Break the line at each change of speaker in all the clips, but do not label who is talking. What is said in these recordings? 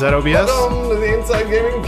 that OBS?
Welcome to the Inside Gaming.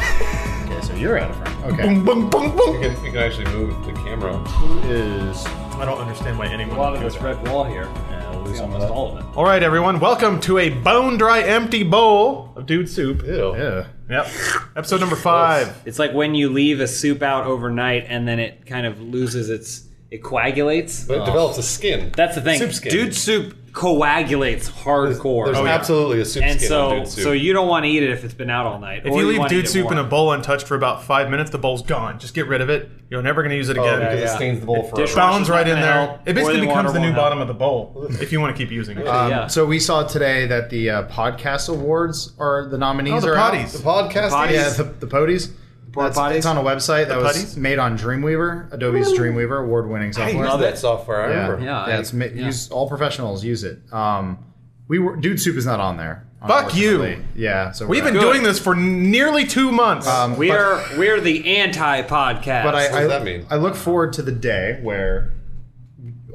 Okay, so you're out of frame. Okay.
boom, boom, boom, boom.
You can, you can actually move the camera.
Who is. I don't understand why anyone.
A lot of
would
this
do that.
red wall here. Yeah, we'll lose almost all of it.
All right, everyone. Welcome to a bone dry empty bowl of dude soup.
Ew.
Yeah. Yep. Episode number five.
It's like when you leave a soup out overnight and then it kind of loses its. It coagulates.
But it develops a skin.
That's the thing.
Soup skin.
Dude soup coagulates hardcore.
There's
yeah.
absolutely a soup
Oh, and
skin on
so,
dude soup.
so you don't want to eat it if it's been out all night.
If you leave dude soup in a bowl untouched for about five minutes, the bowl's gone. Just get rid of it. You're never going to use it
oh,
again.
because
yeah.
it stains the bowl forever.
It bounds
Dishwasher's
right
not
in
gonna
there.
help.
It basically
Boiling
becomes
water Uh,
the new
won't
bottom of the bowl if you want to keep using it.
help.
Um,
yeah.
So we saw today that the uh, podcast awards are the nominees
Oh, the
are out.
potties.
The
The podcast
Potties.
Yeah, the, the potties. That's,
potties.
It's on a website that was
potties?
made on Dreamweaver, Adobe's Dreamweaver, award-winning software.
Use
love
that
it.
software. I
yeah,
remember.
Yeah,
yeah,
I-
it's ma-
yeah.
use all professionals use it. Um, we were Dude Soup is not on there.
Fuck you.
unfortunately. Yeah, so
We've
we're
been
out.
Good.
doing this for nearly two months.
Um,
We
but-
are we're the anti podcast.
But I,
What does
I,
that mean?
I look forward to the day where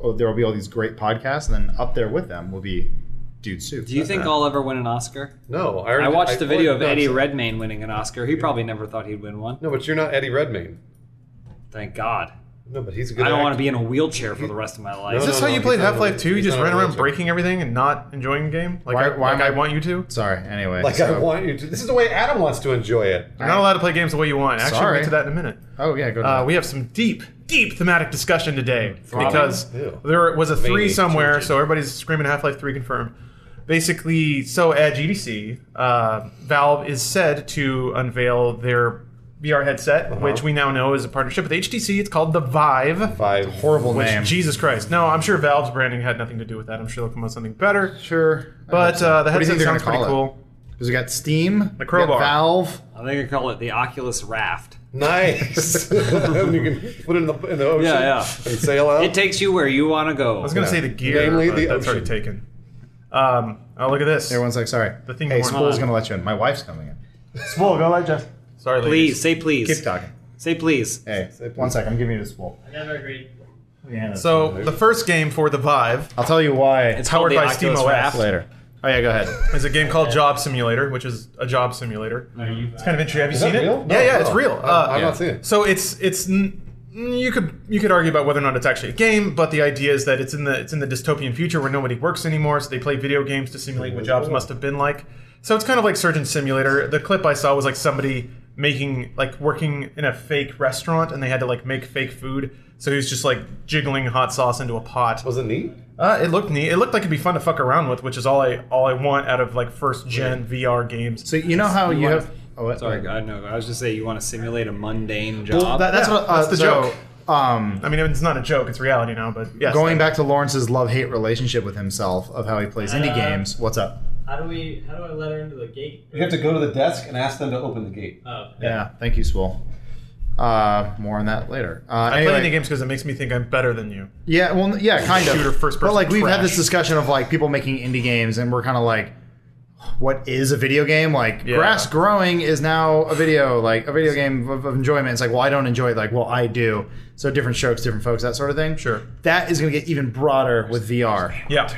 oh, there will be all these great podcasts, and then up there with them will be Dude Soup.
do you think I'll ever win an Oscar?
No, I,
I
already-
watched the video of
no,
Eddie
I'm-
Redmayne winning an Oscar. He probably never thought he'd win one.
No, but you're not Eddie Redmayne.
Thank God.
No, but he's a good.
I don't
actor.
want to be in a wheelchair for the rest of my life.
is this how
no, no,
you played
he's not
Half Life
a-
2? You
he's
just
not a
ran around
wheelchair.
breaking everything and not enjoying the game? Like,
Why-
I,
why
like
am
I
I-
want you to?
Sorry. Anyway,
Like I
so-
want you to. This is the way Adam wants to enjoy it.
You're not allowed to play games the way you want. Actually, we'll
Sorry.
get to that in a minute.
Oh yeah, go. To
Uh, we have some deep, deep thematic discussion today because
Ew.
there was a three
Veiny
somewhere,
changes.
so everybody's screaming Half Life 3 confirmed. Basically, so at GDC, uh, Valve is said to unveil their VR
Uh-huh.
headset, which we now know is a partnership with HTC. It's called the Vive.
Five.
horrible
Which,
name.
Jesus Christ. No, I'm sure Valve's branding had nothing to do with that. I'm sure they'll come up with something better.
Sure.
But uh, the
What do
headset
you think they're
sounds
gonna
pretty
call
cool.
Because we got Steam, the
crowbar.
Valve.
I think I call it the Oculus Raft.
Nice. and you can put it in the in the ocean.
Yeah, yeah.
And sail out.
It takes you where you want to go.
I was going to
Yeah.
say the gear,
Namely,
but
the
that's already
ocean.
taken. Um, oh, look at this.
Everyone's like, sorry.
The thing
hey,
you weren't
school's
on.
gonna let you in. My wife's coming in.
Swole, go let Jess. Sorry, ladies.
please say please.
Keep talking.
Say please.
Hey, one sec. I'm giving you the spool.
Never agreed.
Yeah. So
So the first game for the Vive
I'll tell you why
It's
powered
called the
by
Oculus
SteamOS.
Raft.
later. Oh yeah, go ahead.
is a game called Job Simulator, which is a job simulator. It's kind of interesting. Have you
Is
seen
that
it?
real?
yeah,
No,
yeah,
no.
it's real.
I-
Uh,
I've
yeah.
not seen it.
So it's it's n- you could you could argue about whether or not it's actually a game, but the idea is that it's in the it's in the dystopian future where nobody works anymore, so they play video games to simulate what jobs must have been like. So it's kind of like Surgeon Simulator. The clip I saw was like somebody making like working in a fake restaurant, and they had to like make fake food. So he was just like jiggling hot sauce into a pot.
Was it neat?
Uh, it looked neat. It looked like it'd be fun to fuck around with, which is all I all I want out of like first gen VR games.
So you know how you
wanna-
have. Oh, what?
Sorry, I know. I was just saying you want to simulate a mundane job.
Well, that- that's
Yeah,
what. Uh,
that's the
so,
joke.
Um,
I mean, it's not a joke; it's reality now. But yes,
going back to Lawrence's love-hate relationship with himself of how he plays indie
Uh,
games. What's up?
How do we? How do I let her into the gate?
go to the desk and ask them to open the gate.
Oh,
Yeah. Thank you, Swole. Uh, more on that later. Uh,
I
anyway,
play indie games because it makes me think I'm better than you.
Yeah, well, yeah, kind of.
Shooter, first
but
person
like we've had
trash.
this discussion of like people making indie games, and we're kind of like, what is a video game? Like
Yeah.
grass growing is now a video, like a video game of, of enjoyment. It's like, well, I don't enjoy it. Like, well, I do. So different strokes, different folks, that sort of thing.
Sure.
That is going to get even broader with VR.
Yeah.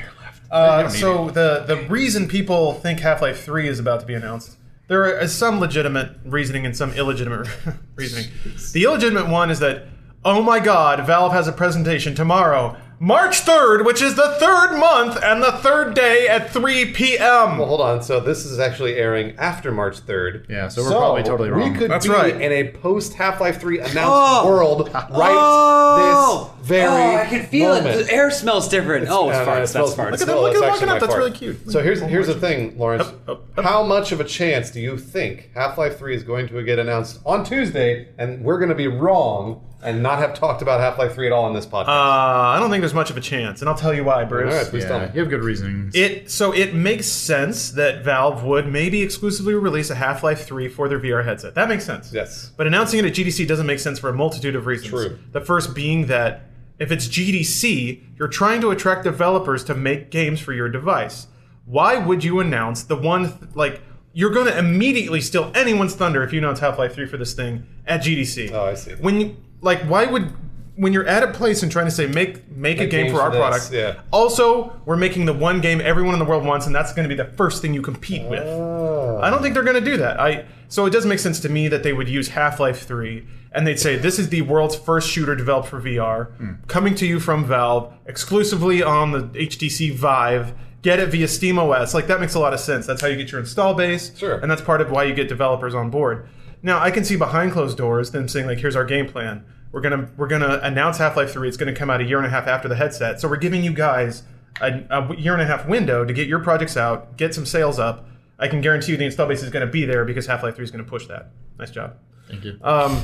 Uh, so the the reason people think Half Life Three is about to be announced, there is some legitimate reasoning and some illegitimate reasoning. The illegitimate one is that, oh my God, Valve has a presentation tomorrow, March third, which is the third month and the third day at three p.m.
Well, hold on. So this is actually airing after March third.
Yeah, so we're probably totally wrong.
We could
That's
be
right.
in a post Half Life Three announced
Oh.
world right
Oh!
this very
Oh, I can feel
moment.
it. The air smells different. oh, it's
No, no,
farts.
it smells-
that's farts.
Look at them,
Well,
look at
it's
them
actually
walking up.
my
That's
fart.
really cute.
So here's here's the thing, Lawrence.
Up, up, up.
How much of a chance do you think Half Life Three is going to get announced on Tuesday, and we're going to be wrong and not have talked about Half Life Three at all in this podcast?
Uh, I don't think there's much of a chance, and I'll tell you why, Bruce.
all right, please tell me.
Yeah, you have good reasoning.
It so it makes sense that Valve would maybe exclusively release a Half Life 3 for their VR headset. That makes sense.
Yes.
But announcing it at GDC doesn't make sense for a multitude of reasons.
True.
The first being that if it's GDC, you're trying to attract developers to make games for your device. Why would you announce the one th- like you're going to immediately steal anyone's thunder if you announce Half Life 3 for this thing at GDC?
Oh, I see.
When you like why would when you're at a place and trying to say make make, a game
Make games
for our
for this,
product.
yeah.
Also, we're making the one game everyone in the world wants, and that's going to be the first thing you compete with.
Oh.
I don't think they're going to do that. I so it does make sense to me that they would use Half Life Three and they'd say this is the world's first shooter developed for VR, coming to you from Valve exclusively on the HTC Vive. Get it via SteamOS. Like that makes a lot of sense. That's how you get your install base,
Sure.
and that's part of why you get developers on board. Now I can see behind closed doors them saying like, "Here's our game plan. We're gonna we're gonna announce Half Life Three. It's gonna come out a year and a half after the headset. So we're giving you guys a, a year and a half window to get your projects out, get some sales up. I can guarantee you the install base is gonna be there because Half Life Three is gonna push that. Nice job.
Thank you.
Um,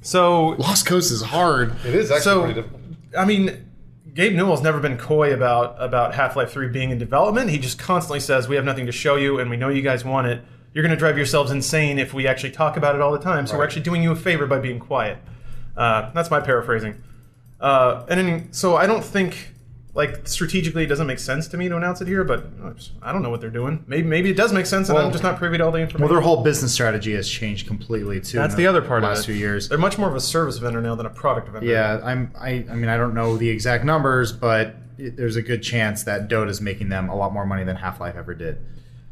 so
uh, Lost Coast is hard.
It is actually
So-
pretty difficult.
I mean, Gabe Newell's never been coy about about Half Life Three being in development. He just constantly says, "We have nothing to show you, and we know you guys want it. You're going to drive yourselves insane if we actually talk about it all the time. So we're actually doing you a favor by being quiet." Uh, that's my paraphrasing. Uh, and then, so I don't think like strategically it doesn't make sense to me to announce it here, but I don't know what they're doing. Maybe maybe it does make sense, and I'm just not privy to all the information.
Well, their whole business strategy has changed completely too.
that's
in
the other part
Last
of it.
few years.
they're much more of a service vendor now than a product vendor.
Yeah, I'm. I, I mean, I don't know the exact numbers, but it, there's a good chance that Dota's making them a lot more money than Half Life ever did.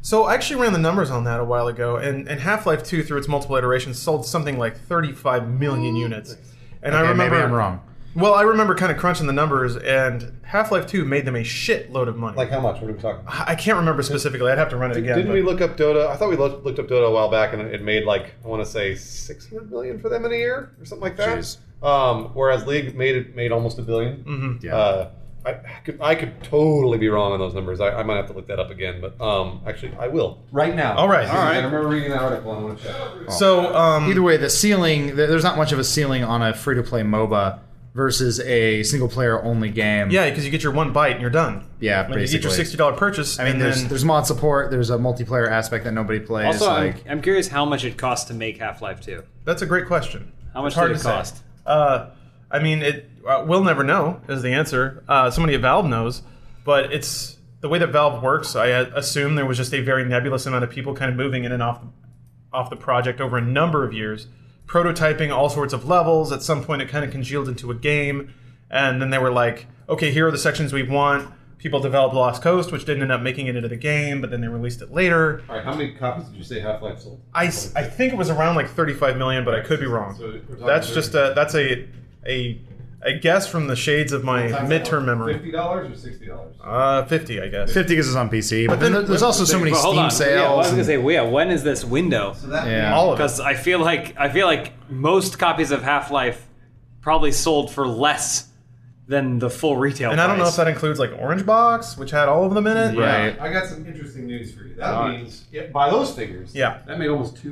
So I actually ran the numbers on that a while ago, and, and Half Life Two, through its multiple iterations, sold something like 35 million units. And I
Okay,
remember,
maybe I'm wrong.
Well, I remember kind of crunching the numbers, and Half Life Two made them a shitload of money.
Like how much? What are we talking? about?
I can't remember specifically. I'd have to run it again.
Didn't
but-
we look up Dota? I thought we lo- looked up Dota a while back, and it made like I want to say six hundred million for them in a year or something like that.
Jeez.
Um, whereas League made it made almost a 1000000000
Mm. Mm-hmm.
Yeah.
Uh, I, I could I could totally be wrong on those numbers. I, I might have to look that up again, but um, actually I will right now.
All right. All
I remember reading that article. I want to check.
so um,
Either way, the ceiling th- there's not much of a ceiling on a free to play MOBA versus a single player only game.
yeah, because you get your one bite and you're done.
Yeah,
Like, you get your
basically.
sixty dollar purchase.
I mean,
and
there's
then,
there's mod support. There's a multiplayer aspect that nobody plays.
Also,
like,
I'm, I'm curious how much it costs to make Half Life 2.
that's a great question.
How much
It's hard
did it
to say.
cost?
Uh, I mean, it. Uh, we'll never know is the answer. Uh, somebody at Valve knows, but it's the way that Valve works. I uh, assume there was just a very nebulous amount of people kind of moving in and off, off the project over a number of years, prototyping all sorts of levels. At some point, it kind of congealed into a game, and then they were like, "Okay, here are the sections we want." People developed Lost Coast, which didn't end up making it into the game, but then they released it later.
All right. How many copies did you say Half Life sold?
I, s- I think it was around like 35 million, but I could be wrong.
So we're talking
that's just a that's a a a guess from the shades of my midterm memory.
Fifty dollars or sixty dollars?
Uh, 50, I guess.
50 because it's on PC. But,
then-
then, there's also so many
But hold
Steam
on.
sales.
Yeah, I was gonna
and-
say, yeah, when is this window?
that
Yeah.
All of it.
Because I feel like I feel like most copies of Half Life probably sold for less than the full retail.
And I don't know if
price.
that includes like Orange Box, which had all of them in it.
Right.
I got some interesting news for you. That
Alright.
means, yeah, by those figures,
Yeah.
that made almost two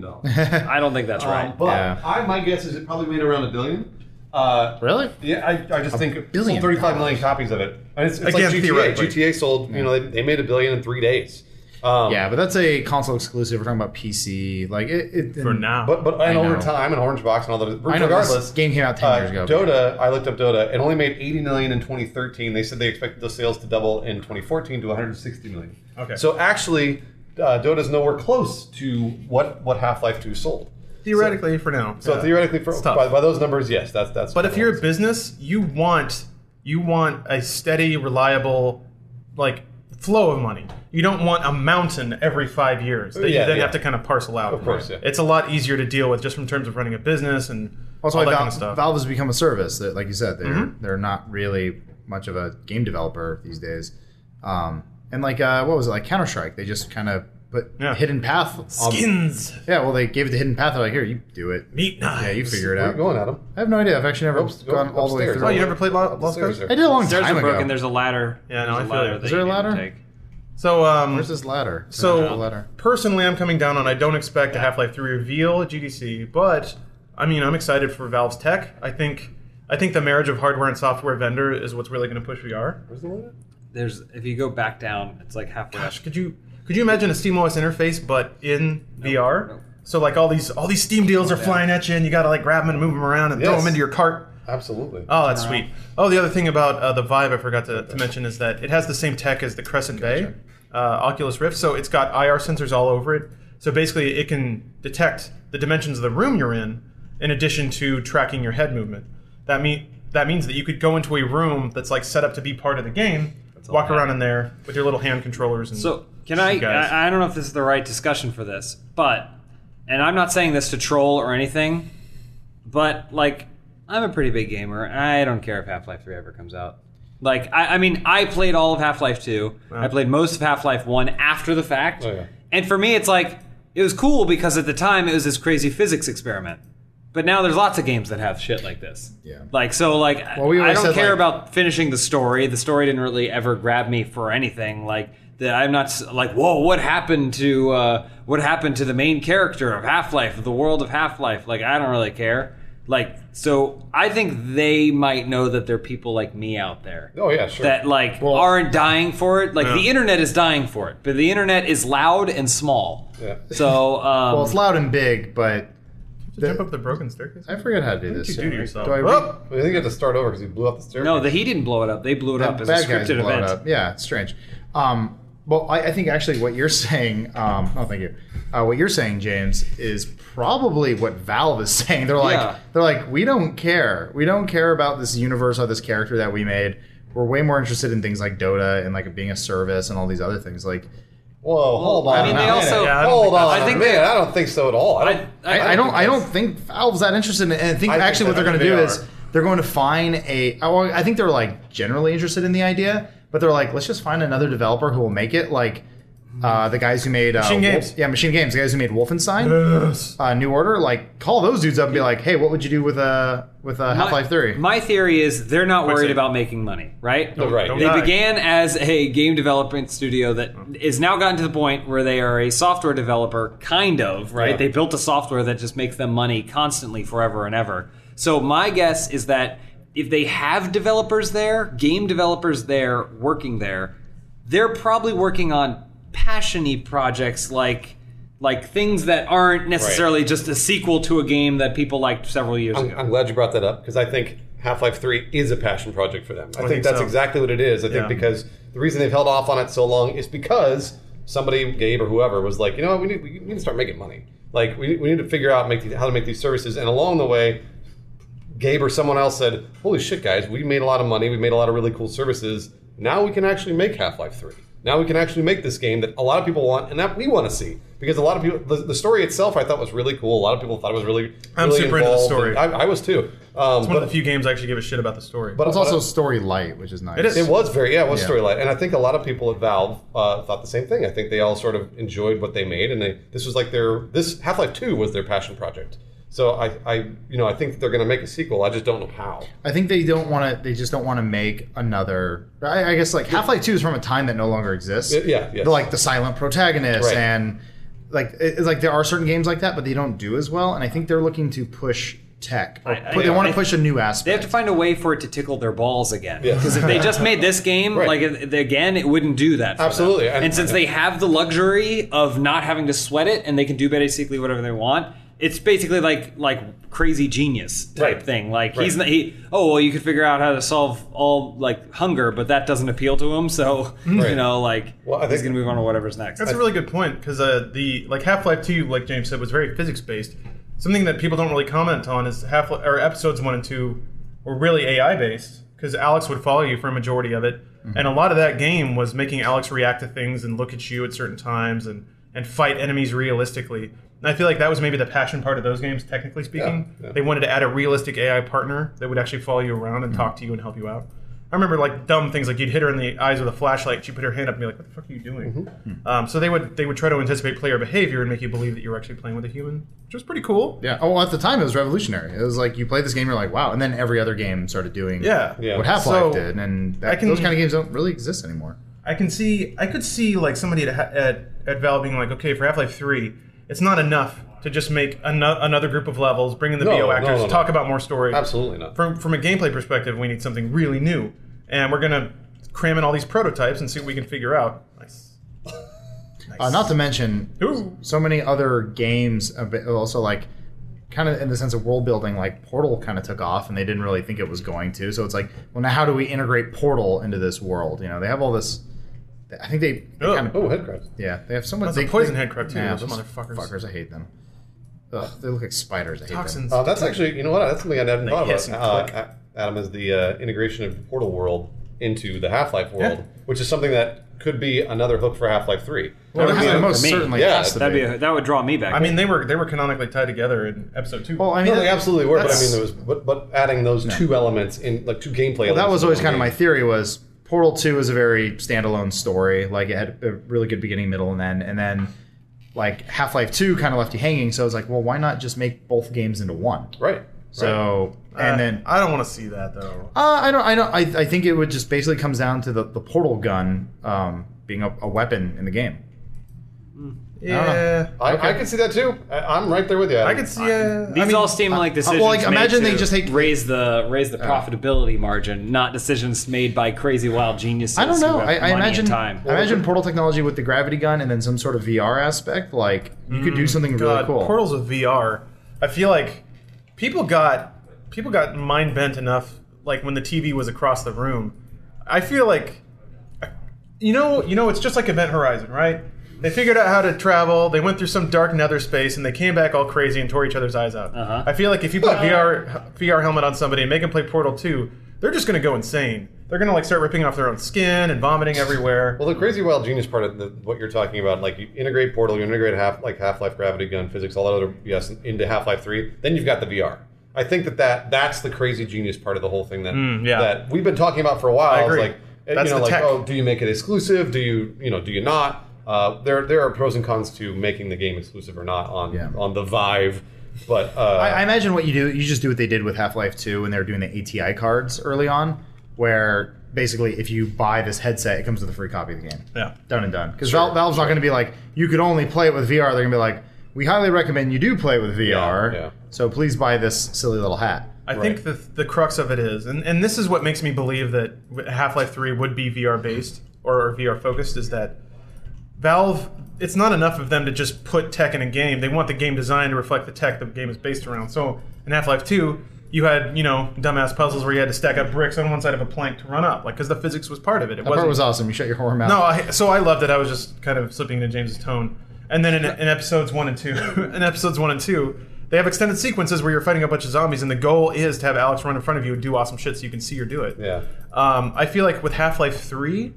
dollars.
I don't think that's right.
Um, but
Yeah.
I, my guess is it probably made around a billion. Uh,
Really?
yeah, I, I just think it
billion
sold 35 million copies of it. And it's, it's
Again,
like GTA.
theoretically.
GTA sold, you know, they, they made a billion in three days. Um,
Yeah, but that's a console exclusive. We're talking about PC. Like it, it
For now.
But but and
I
over
know.
time, and Orange Box and all that.
I know
Regardless,
this game came out ten
uh,
years ago. but-
Dota, I looked up Dota. It only made 80 million in 2013. They said they expected those sales to double in 2014 to 160 million.
Okay.
So actually, uh, Dota's nowhere close to what what Half Life 2 sold.
Theoretically, for now.
So
Yeah.
theoretically, for,
It's tough.
by, by those numbers, yes, that's that's.
But if
what it
you're
was.
a business, you want you want a steady, reliable, like flow of money. You don't want a mountain every five years that
Yeah,
you then
yeah.
have to kind of parcel out.
Of course, yeah.
It's a lot easier to deal with just from terms of running a business and
Also,
all
why
that
Val-
kind of stuff. Mm-hmm.
Valve has become a service. That, like you said, they're they're not really much of a game developer these days. Um, and like, uh, what was it like Counter Strike? They just kind of put
Yeah.
hidden path. on-
Um,
Skins,
yeah, well, they gave it the hidden path. They're like, here, you do it.
meat knives.
Yeah, you figure it
Where you
out.
going, Adam?
I have no idea. I've actually never
Oops, go
gone all the way
upstairs.
through.
Oh, you never played Lo- Lost
Upstairs
Coast?
there.
I did a long
Stairs
time
are broken.
ago.
There's a ladder.
Yeah, no,
there's
I
a
feel
ladder
you.
that
Is there a
you can
ladder?
Take.
So, um,
Where's this ladder? There's no
so
ladder.
personally, I'm coming down on. I don't expect a Half-Life 3 reveal at GDC, but I mean, I'm excited for Valve's tech. I think, I think the marriage of hardware and software vendor is what's really going to push VR.
Where's the ladder?
There's if you go back down, it's like halfway.
Gosh, could you could you imagine a SteamOS interface but in VR?
no.
So like all these all these Steam deals are flying at you, and you got to like grab them and move them around and throw
Yes.
them into your cart.
Absolutely.
Oh, that's sweet. Oh, the other thing about uh, the Vive I forgot to, to mention is that it has the same tech as the Crescent Bay uh, Oculus Rift, so it's got IR sensors all over it. So basically, it can detect the dimensions of the room you're in, in addition to tracking your head movement. That mean that means that you could go into a room that's like set up to be part of the game,
all
walk
I have.
around in there with your little hand controllers. And
So can
shoot
I,
guys.
I? I don't know if this is the right discussion for this, but and I'm not saying this to troll or anything, but like I'm a pretty big gamer. I don't care if Half Life Three ever comes out. Like I, I mean, I played all of Half Life Two. I played most of Half Life One after the fact,
Oh, yeah.
and for me, it's like it was cool because at the time it was this crazy physics experiment. But now there's lots of games that have shit like this.
Yeah.
Like so, like
Well, we
I
always
don't
said,
care
like-
about finishing the story. The story didn't really ever grab me for anything. Like the, I'm not s- like, whoa, what happened to uh, what happened to the main character of Half Life, of the world of Half Life? Like I don't really care. Like so, I think they might know that there are people like me out there
Oh yeah, sure.
that like
Well-
aren't dying for it. Like
Yeah.
the internet is dying for it, but the internet is loud and small.
yeah.
So um,
Well, it's loud and big, but
Just jump up the broken staircase.
I forget how to do
What
this.
did you do to yourself?
Do I re-
Oh!
Well, I think you have to start over because you blew up the staircase.
no, the, he didn't blow it up. They blew it up as a
bad guys
scripted
blow it
event.
up. Yeah, it's strange. Um, well, I, I think actually what you're saying, um, oh, thank you. Uh, what you're saying, James, is probably what Valve is saying. They're like,
Yeah.
they're like, we don't care. We don't care about this universe or this character that we made. We're way more interested in things like Dota and like being a service and all these other things. Like,
Whoa, hold on.
I mean,
a
they
minute.
also-
Yeah, I don't
hold
think
on.
that's-
I
I
think
think
man,
they-
I don't think so at all. I
I,
don't,
I,
I, I don't. I don't think Valve's that interested in it. And I think
I think
actually
that-
what they're going
I
to
think
do
they
is
are.
they're going to find a. oh, well, I think they're like generally interested in the idea, but they're like, let's just find another developer who will make it. Like uh, the guys who made uh,
Machine
Wolf-
Games.
yeah, Machine Games. The guys who made Wolfenstein,
Yes.
uh, New Order. Like call those dudes up and be like, hey, what would you do with uh, with uh, Half Life Three?
My theory is they're not worried
save.
about making money, right?
Don't- Right. don't
They
die.
began as a game development studio that is now gotten to the point where they are a software developer, kind of, right?
Yeah.
They built a software that just makes them money constantly, forever and ever. So my guess is that if they have developers there, game developers there, working there, they're probably working on passiony projects like like things that aren't necessarily just a sequel to a game that people liked several years ago.
I'm, I'm glad you brought that up because I think Half Life 3 is a passion project for them. I, think,
Oh, think
that's
so.
exactly what it is. I
Yeah.
think because the reason they've held off on it so long is because somebody, Gabe or whoever, was like, you know what, we need, we need to start making money. Like, we, we need to figure out make these, how to make these services. And along the way, Gabe or someone else said, holy shit, guys, we made a lot of money. We made a lot of really cool services. Now we can actually make Half Life 3. Now we can actually make this game that a lot of people want and that we want to see. Because a lot of people, the, the story itself I thought was really cool. A lot of people thought it was really.
I'm
really
super into the
involved and
story.
I, I was too. Um,
It's
but
one of the few games I actually give a shit about the story.
but
it's also story light, which is nice.
It is.
it was very yeah, it was
Yeah.
story light, and I think a lot of people at Valve uh, thought the same thing. I think they all sort of enjoyed what they made, and they this was like their this Half Life Two was their passion project. So I, I you know I think that they're going to make a sequel. I just don't know how.
I think they don't want to. They just don't want to make another. I, I guess like Half Life Two is from a time that no longer exists.
Yeah, yeah, yes.
The, like the silent protagonist
Right.
and like it- it's like there are certain games like that, but they don't do as well. And I think they're looking to push tech. Or
I-
pu- they want
I-
to push a new
They have
aspect.
to find a way for it to tickle their balls again.
Yeah.
Because if they just made this game,
Right.
like if- again, it wouldn't do that. For them.
Absolutely. And-
And, since they have the luxury of not having to sweat it, and they can do basically whatever they want, it's basically like like crazy genius type
Right.
thing. Like
Right.
he's not, he. Oh well, you could figure out how to solve all like hunger, but that doesn't appeal to him. So
Right.
you know, like
Well, I
he's
think-
gonna move on to whatever's next.
That's a really good point because uh, the like Half Life Two, like James said, was very physics based. Something that people don't really comment on is Half or episodes one and two were really AI based because Alex would follow you for a majority of it, and a lot of that game was making Alex react to things and look at you at certain times and and fight enemies realistically. And I feel like that was maybe the passion part of those games, technically speaking.
Yeah, yeah.
They wanted to add a realistic AI partner that would actually follow you around
Hmm.
and talk to you and help you out. I remember like dumb things like you'd hit her in the eyes with a flashlight, she'd put her hand up and be like, "What the fuck are you doing?"
Mm-hmm.
Um, so they would they would try to anticipate player behavior and make you believe that you were actually playing with a human, which was pretty cool.
yeah. Oh, well, at the time it was revolutionary. It was like you play this game, you're like, wow, and then every other game started doing
Yeah.
Yeah.
what Half Life
So,
did, and that,
I can-
those kind of games don't really exist anymore.
I can see I could see like somebody at at, at Valve being like, "Okay, for Half Life Three, it's not enough to just make ano- another group of levels, bring in the
No,
VO
no,
actors,
no, no.
talk about more story."
Absolutely not.
From from a gameplay perspective, we need something really new, and we're gonna cram in all these prototypes and see what we can figure out. Nice.
Uh, not to mention
Ooh.
so many other games a bit- also like kind of in the sense of world building like portal kind of took off and they didn't really think it was going to so it's like well now how do we integrate portal into this world you know they have all this i think they, they
Oh,
kind of
Oh, headcrabs.
yeah they have so much
That's
they,
a poison
they-
head crab too,
Yeah,
those
those
motherfuckers.
fuckers i hate them Ugh, they look like spiders. I hate
Toxins.
Uh, that's actually, you know what? That's something I hadn't
They
thought
hiss
about.
and
Uh,
click.
A- Adam is the uh, integration of the Portal world into the Half Life world,
Yeah.
which is something that could be another hook for Half Life Three.
Them. Well,
I mean,
it most
for me,
certainly
yeah,
has to
That'd
be.
be a, that would draw me back.
I mean, they were they were canonically tied together in episode two.
well, I mean,
no, they
that-
absolutely were, but I
that's-
mean, there was but, but adding those two elements in like two gameplay.
Well, that
elements
was
in
always
one
kind
game.
of my theory was Portal 2 is a very standalone story. Like it had a really good beginning, middle, and end. And then like Half-Life 2 kind of left you hanging. So I was like, well, why not just make both games into one?
right. right.
So and
Uh,
then
I don't want to see that though.
uh, I don't I don't I, I think it would just basically comes down to the, the portal gun um, being a, a weapon in the game. don't know.
Yeah,
I, I could see that too. I, I'm right there with you. Adam.
I could see. Uh,
These
I mean,
all seem like decisions.
well, like,
made
imagine
to
they just take-
raise the raise
Uh.
the profitability margin, not decisions made by crazy wild geniuses.
I don't
who
know.
have
I, I
money and
imagine
time.
I imagine portal technology with the gravity gun and then some sort of VR aspect. Like you could do something really
God,
cool.
Portals with VR. I feel like people got people got mind bent enough. Like when the TV was across the room, I feel like you know you know it's just like Event Horizon, right? They figured out how to travel. They went through some dark nether space, and they came back all crazy and tore each other's eyes out.
Uh-huh.
I feel like if you put a VR VR helmet on somebody and make them play Portal Two, they're just going to go insane. They're going to like start ripping off their own skin and vomiting everywhere.
Well, the crazy wild genius part of the, what you're talking about, like you integrate Portal, you integrate half like Half Life Gravity Gun physics, all that other yes into Half Life Three. Then you've got the VR. I think that, that that's the crazy genius part of the whole thing that
Hmm, yeah.
that we've been talking about for a while.
I
It's
agree.
like eh,
That's
you know,
the
like
tech.
oh, do you make it exclusive? Do you you know do you not? Uh, there there are pros and cons to making the game exclusive or not on
Yeah.
on the Vive, but uh,
I, I imagine what you do, you just do what they did with Half Life 2 when they were doing the ATI cards early on, where basically if you buy this headset, it comes with a free copy of the game.
Yeah.
Done and done. Because Valve's not going to be like, you could only play it with VR. They're going to be like, we highly recommend you do play it with VR.
Yeah, yeah.
So please buy this silly little hat.
I
Right.
think the the crux of it is, and, and this is what makes me believe that Half Life Three would be VR based or VR focused, is that Valve. It's not enough of them to just put tech in a game. They want the game design to reflect the tech the game is based around. So in Half Life Two, you had you know dumbass puzzles where you had to stack up bricks on one side of a plank to run up, like because the physics was part of it. It
That part
wasn't
was awesome. You shut your whore mouth.
no, I, so I loved it. I was just kind of slipping into James's tone. And then in, in episodes one and two, in episodes one and two, they have extended sequences where you're fighting a bunch of zombies, and the goal is to have Alex run in front of you and do awesome shit so you can see or do it.
yeah.
Um, I feel like with Half Life Three,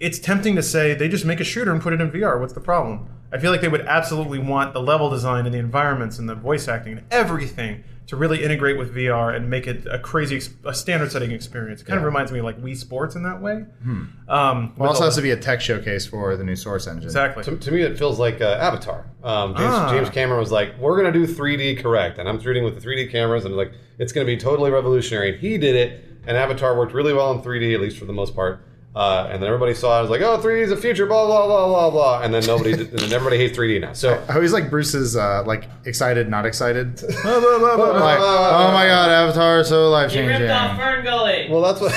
it's tempting to say they just make a shooter and put it in VR. What's the problem? I feel like they would absolutely want the level design and the environments and the voice acting and everything to really integrate with VR and make it a crazy, ex- a standard-setting experience. It kind of reminds me of like Wii Sports in that way. Um,
Well, it
with
also
all-
has to be a tech showcase for the new Source engine.
Exactly.
To, to me, it feels like uh, Avatar. Um, James,
Ah.
James Cameron was like, "We're gonna do 3D correct," and I'm shooting with the 3D cameras, and like, it's gonna be totally revolutionary. And he did it, and Avatar worked really well in 3D, at least for the most part. Uh, and then everybody saw it, was like, "Oh, 3D is the future," blah blah blah blah blah. And then nobody, did, and then everybody hates 3D now. So
I always like Bruce's uh, like excited, not excited. like, oh my god, Avatar is so life
He ripped
changing.
off Fern Gully.
Well, that's what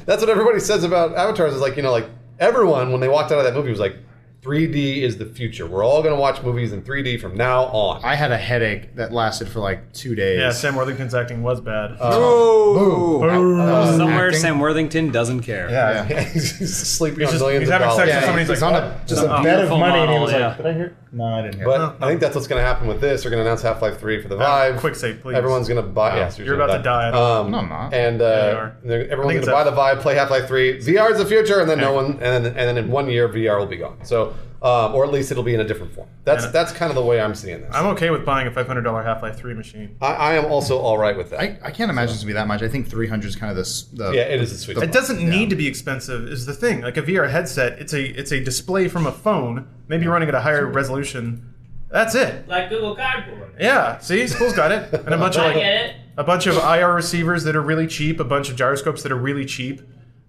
that's what everybody says about avatars. Is like you know, like everyone when they walked out of that movie was like, "3D is the future. We're all gonna watch movies in 3D from now on."
I had a headache that lasted for like two days.
Yeah, Sam Worthington's acting was bad.
Uh, Oh,
Uh,
somewhere
acting.
Sam Worthington doesn't care.
yeah, he's sleeping
He's
on
just-
millions
he's
of
having
dollars.
sex with
Yeah,
somebody- Somebody's
he's
like,
on a, just a
Some
bed of
beautiful
money, and he
model,
was
yeah.
like, "Did I hear?" No, I didn't hear.
But
No, no.
I think that's what's going to happen with this. They're going to announce Half Life Three for the
Ah,
Vive.
quick save, please.
Everyone's going to buy.
No,
yes,
you're about to die.
Um,
No, I'm not.
And
Yeah, you
uh,
are.
they're- everyone's
I think
going to buy
it's
the Vive, play Half Life Three. VR is the future, and then no
Yeah.
one, and then, and then in one year, VR will be gone. So, um, or at least it'll be in a different form. That's
And-
that's kind of the way I'm seeing this.
I'm okay with buying a $500 Half Life 3 machine.
I, I am also all right with that.
I, I can't imagine it to be that much. I think 300 is kind of this. The,
yeah, it is a sweet.
the-
It doesn't need to be expensive, is the thing. Like a VR headset, it's a it's a display from a phone, maybe running at a higher resolution. That's it.
Like Google Cardboard.
Yeah, see, school's got it, and a bunch of
I
like
get it.
a bunch of IR receivers that are really cheap, a bunch of gyroscopes that are really cheap.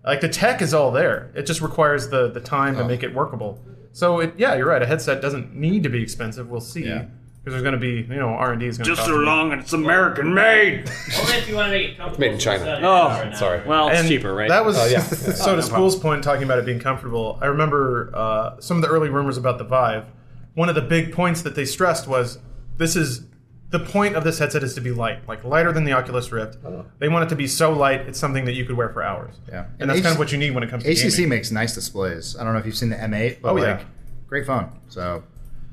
Like the tech is all there. It just requires the the time to make it workable. So it, yeah, you're right. A headset doesn't need to be expensive. We'll see because
Yeah.
there's going to be you know R and D is going to
Just so long it's American made.
Only if you want to make it comfortable.
Made in China.
Oh,
Sorry.
Well, it's
And
cheaper, right?
That was
Oh, yeah.
so to school's point talking about it being comfortable. I remember uh, some of the early rumors about the Vive. One of the big points that they stressed was this is the point of this headset is to be light, like lighter than the Oculus Rift.
Uh-huh.
They want it to be so light it's something that you could wear for hours.
Yeah.
and, that's kind
And AC
of what you need when it comes to
ACC
gaming.
makes nice displays. I don't know if you've seen the M8, but
Oh, yeah.
like, great phone. So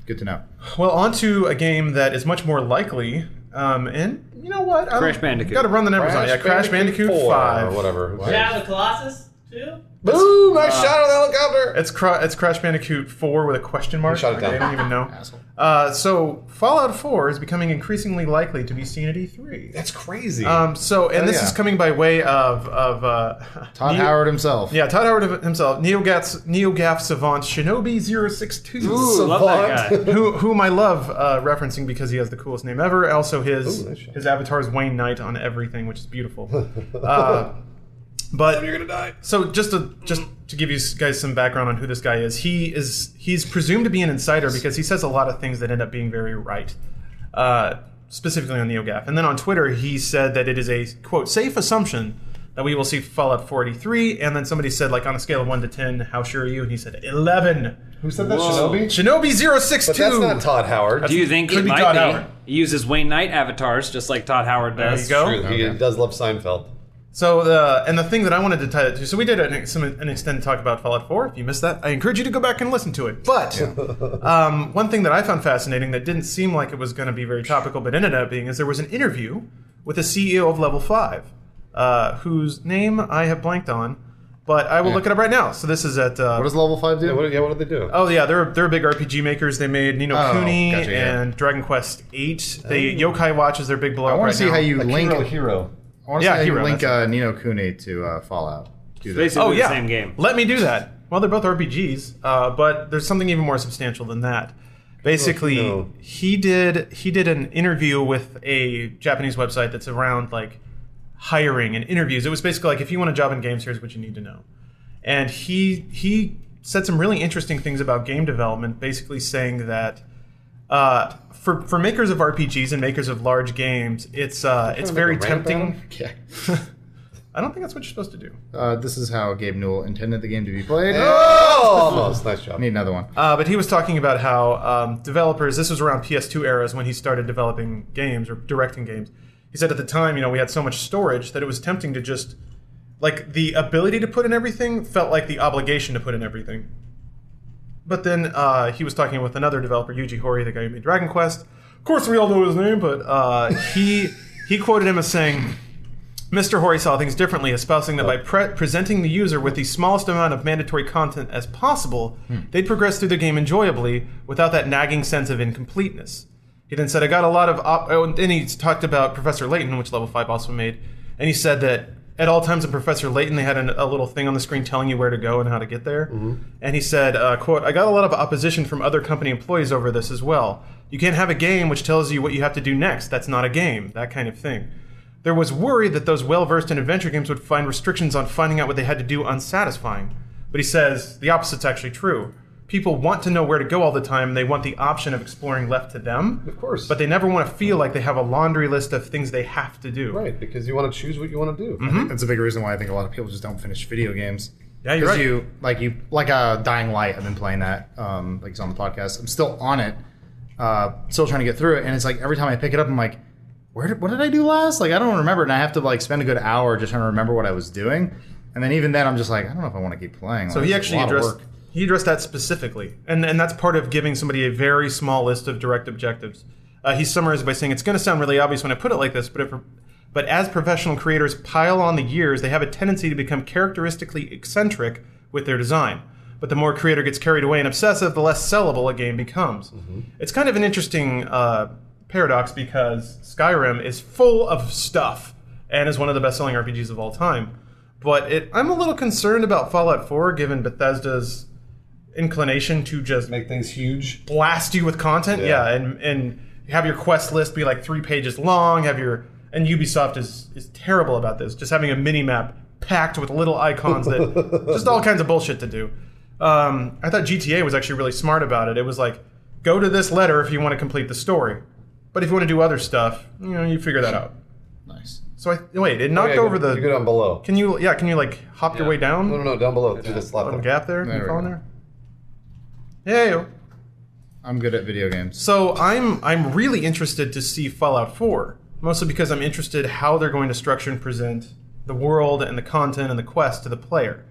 Good to know.
Well, onto a game that is much more likely. Um, and you know what? I'm-
Crash Bandicoot.
Got to run the numbers on it. Yeah, Crash Bandicoot,
4
Five.
or whatever. Who cares?
Shadow of the Colossus too.
Boom! I
uh,
shot at the helicopter.
It's, cra- it's Crash Bandicoot 4 with a question mark.
shut it down.
I don't even know.
Asshole.
Uh, so, Fallout 4 is becoming increasingly likely to be seen at E3.
That's crazy.
Um, so, and
Oh,
this
yeah.
is coming by way of. of uh,
Todd
Neo-
Howard himself.
Yeah, Todd Howard himself, NeoGaf, NeoGaf savant Shinobi062.
Ooh, love that guy.
who, whom I love uh, referencing because he has the coolest name ever. Also, his
Ooh, nice shot.
his avatar is Wayne Knight on everything, which is beautiful. Uh, but
You're gonna die.
so just to just to give you guys some background on who this guy is, he is he's presumed to be an insider because he says a lot of things that end up being very right, uh, specifically on NeoGaf. And then on Twitter, he said that it is a quote safe assumption that we will see Fallout 43. And then somebody said like on a scale of one to ten, how sure are you? And he said eleven.
Who said that?
Whoa.
Shinobi.
Shinobi 062.
But that's not Todd Howard.
Do you think
Could
it
be
might
Todd
be?
Howard.
He uses Wayne Knight avatars just like Todd Howard
There
does.
you go.
True, He does love Seinfeld.
So the and the thing that I wanted to tie that to, so we did an, some, an extended talk about Fallout 4. If you missed that, I encourage you to go back and listen to it. But um, one thing that I found fascinating that didn't seem like it was going to be very topical, but ended up being, is there was an interview with the CEO of Level Five, uh, whose name I have blanked on, but I will look it up right now. So this is at uh,
What does level five do?
Yeah, what, yeah, what did they do?
Oh yeah, they're they're big RPG makers. They made Nino
Oh,
Kuni
gotcha, yeah. Oh.
and Dragon Quest VIII. They Yokai Watch is their big blow.
I
up
want
right
to see
now.
how you
Like
link.
hero, hero.
I want to
Yeah,
see how
hero,
you link
that's
uh, Nino Kuni to uh, Fallout. Do that.
Basically
oh
the
yeah,
same game.
Let me do that. Well, they're both RPGs, uh, but there's something even more substantial than that. Basically,
Oh,
no.
he did he did an interview with a Japanese website that's around like hiring and interviews. It was basically like if you want a job in games, here's what you need to know. And he he said some really interesting things about game development, basically saying that uh, for for makers of RPGs and makers of large games, it's uh, it's very
make a rant
tempting.
Okay.
I don't think that's what you're supposed to do.
Uh, this is how Gabe Newell intended the game to be played.
Oh, almost. Nice job.
I need another one.
Uh, but he was talking about how um, developers, this was around PS2 eras when he started developing games or directing games. He said at the time, you know, we had so much storage that it was tempting to just, like, the ability to put in everything felt like the obligation to put in everything. But then uh, he was talking with another developer, Yuji Horii, the guy who made Dragon Quest. Of course, we all know his name, but uh, he he quoted him as saying, "Mr. Horii saw things differently, espousing that by pre- presenting the user with the smallest amount of mandatory content as possible, they'd progress through the game enjoyably without that nagging sense of incompleteness." He then said, "I got a lot of," op- oh, and then he talked about Professor Layton, which Level Five also made, and he said that at all times in Professor Layton, they had an, a little thing on the screen telling you where to go and how to get there. And he said, uh, "quote I got a lot of opposition from other company employees over this as well. You can't have a game which tells you what you have to do next. That's not a game. That kind of thing." There was worry that those well versed in adventure games would find restrictions on finding out what they had to do unsatisfying. But he says the opposite's actually true. People want to know where to go all the time, and they want the option of exploring left to them.
Of course.
But they never want to feel like they have a laundry list of things they have to do.
Right, because you want to choose what you want to do.
That's a big reason why I think a lot of people just don't finish video games.
Uh-huh. Yeah, you're
'Cause
right.
You like you like uh, Dying Light. I've been playing that. Um, like it's on the podcast. I'm still on it. Uh, still trying to get through it, and it's like every time I pick it up, I'm like, where did, what did I do last? Like I don't remember, and I have to like spend a good hour just trying to remember what I was doing. And then even then, I'm just like, I don't know if I want to keep playing.
So
Like,
he
it's a
actually
lot of
addressed
work.
he addressed that specifically, and and that's part of giving somebody a very small list of direct objectives. Uh, he summarized by saying, "It's going to sound really obvious when I put it like this, but if, but as professional creators pile on the years, they have a tendency to become characteristically eccentric with their design. But the more a creator gets carried away and obsessive, the less sellable a game becomes.
Mm-hmm.
It's kind of an interesting uh, paradox because Skyrim is full of stuff and is one of the best-selling RPGs of all time." But it, I'm a little concerned about Fallout 4, given Bethesda's inclination to just
Make things huge.
blast you with content. Yeah.
Yeah.
and and have your quest list be like three pages long. Have your and Ubisoft is is terrible about this. Just having a mini map packed with little icons that just all kinds of bullshit to do. Um, I thought GTA was actually really smart about it. It was like go to this letter if you want to complete the story, but if you want to do other stuff, you know, you figure that out.
Nice.
So I wait, it knocked
Oh, Yeah,
over
you,
the.
You go down below.
Can you yeah? Can you like hop your
Yeah.
way down?
No, no, no, down below. Through this
Bottom
laptop.
gap there. Can
There
you
we
fall in
go.
there? Yeah. yo.
I'm good at video games.
So I'm I'm really interested to see Fallout 4, mostly because I'm interested how they're going to structure and present the world and the content and the quest to the player.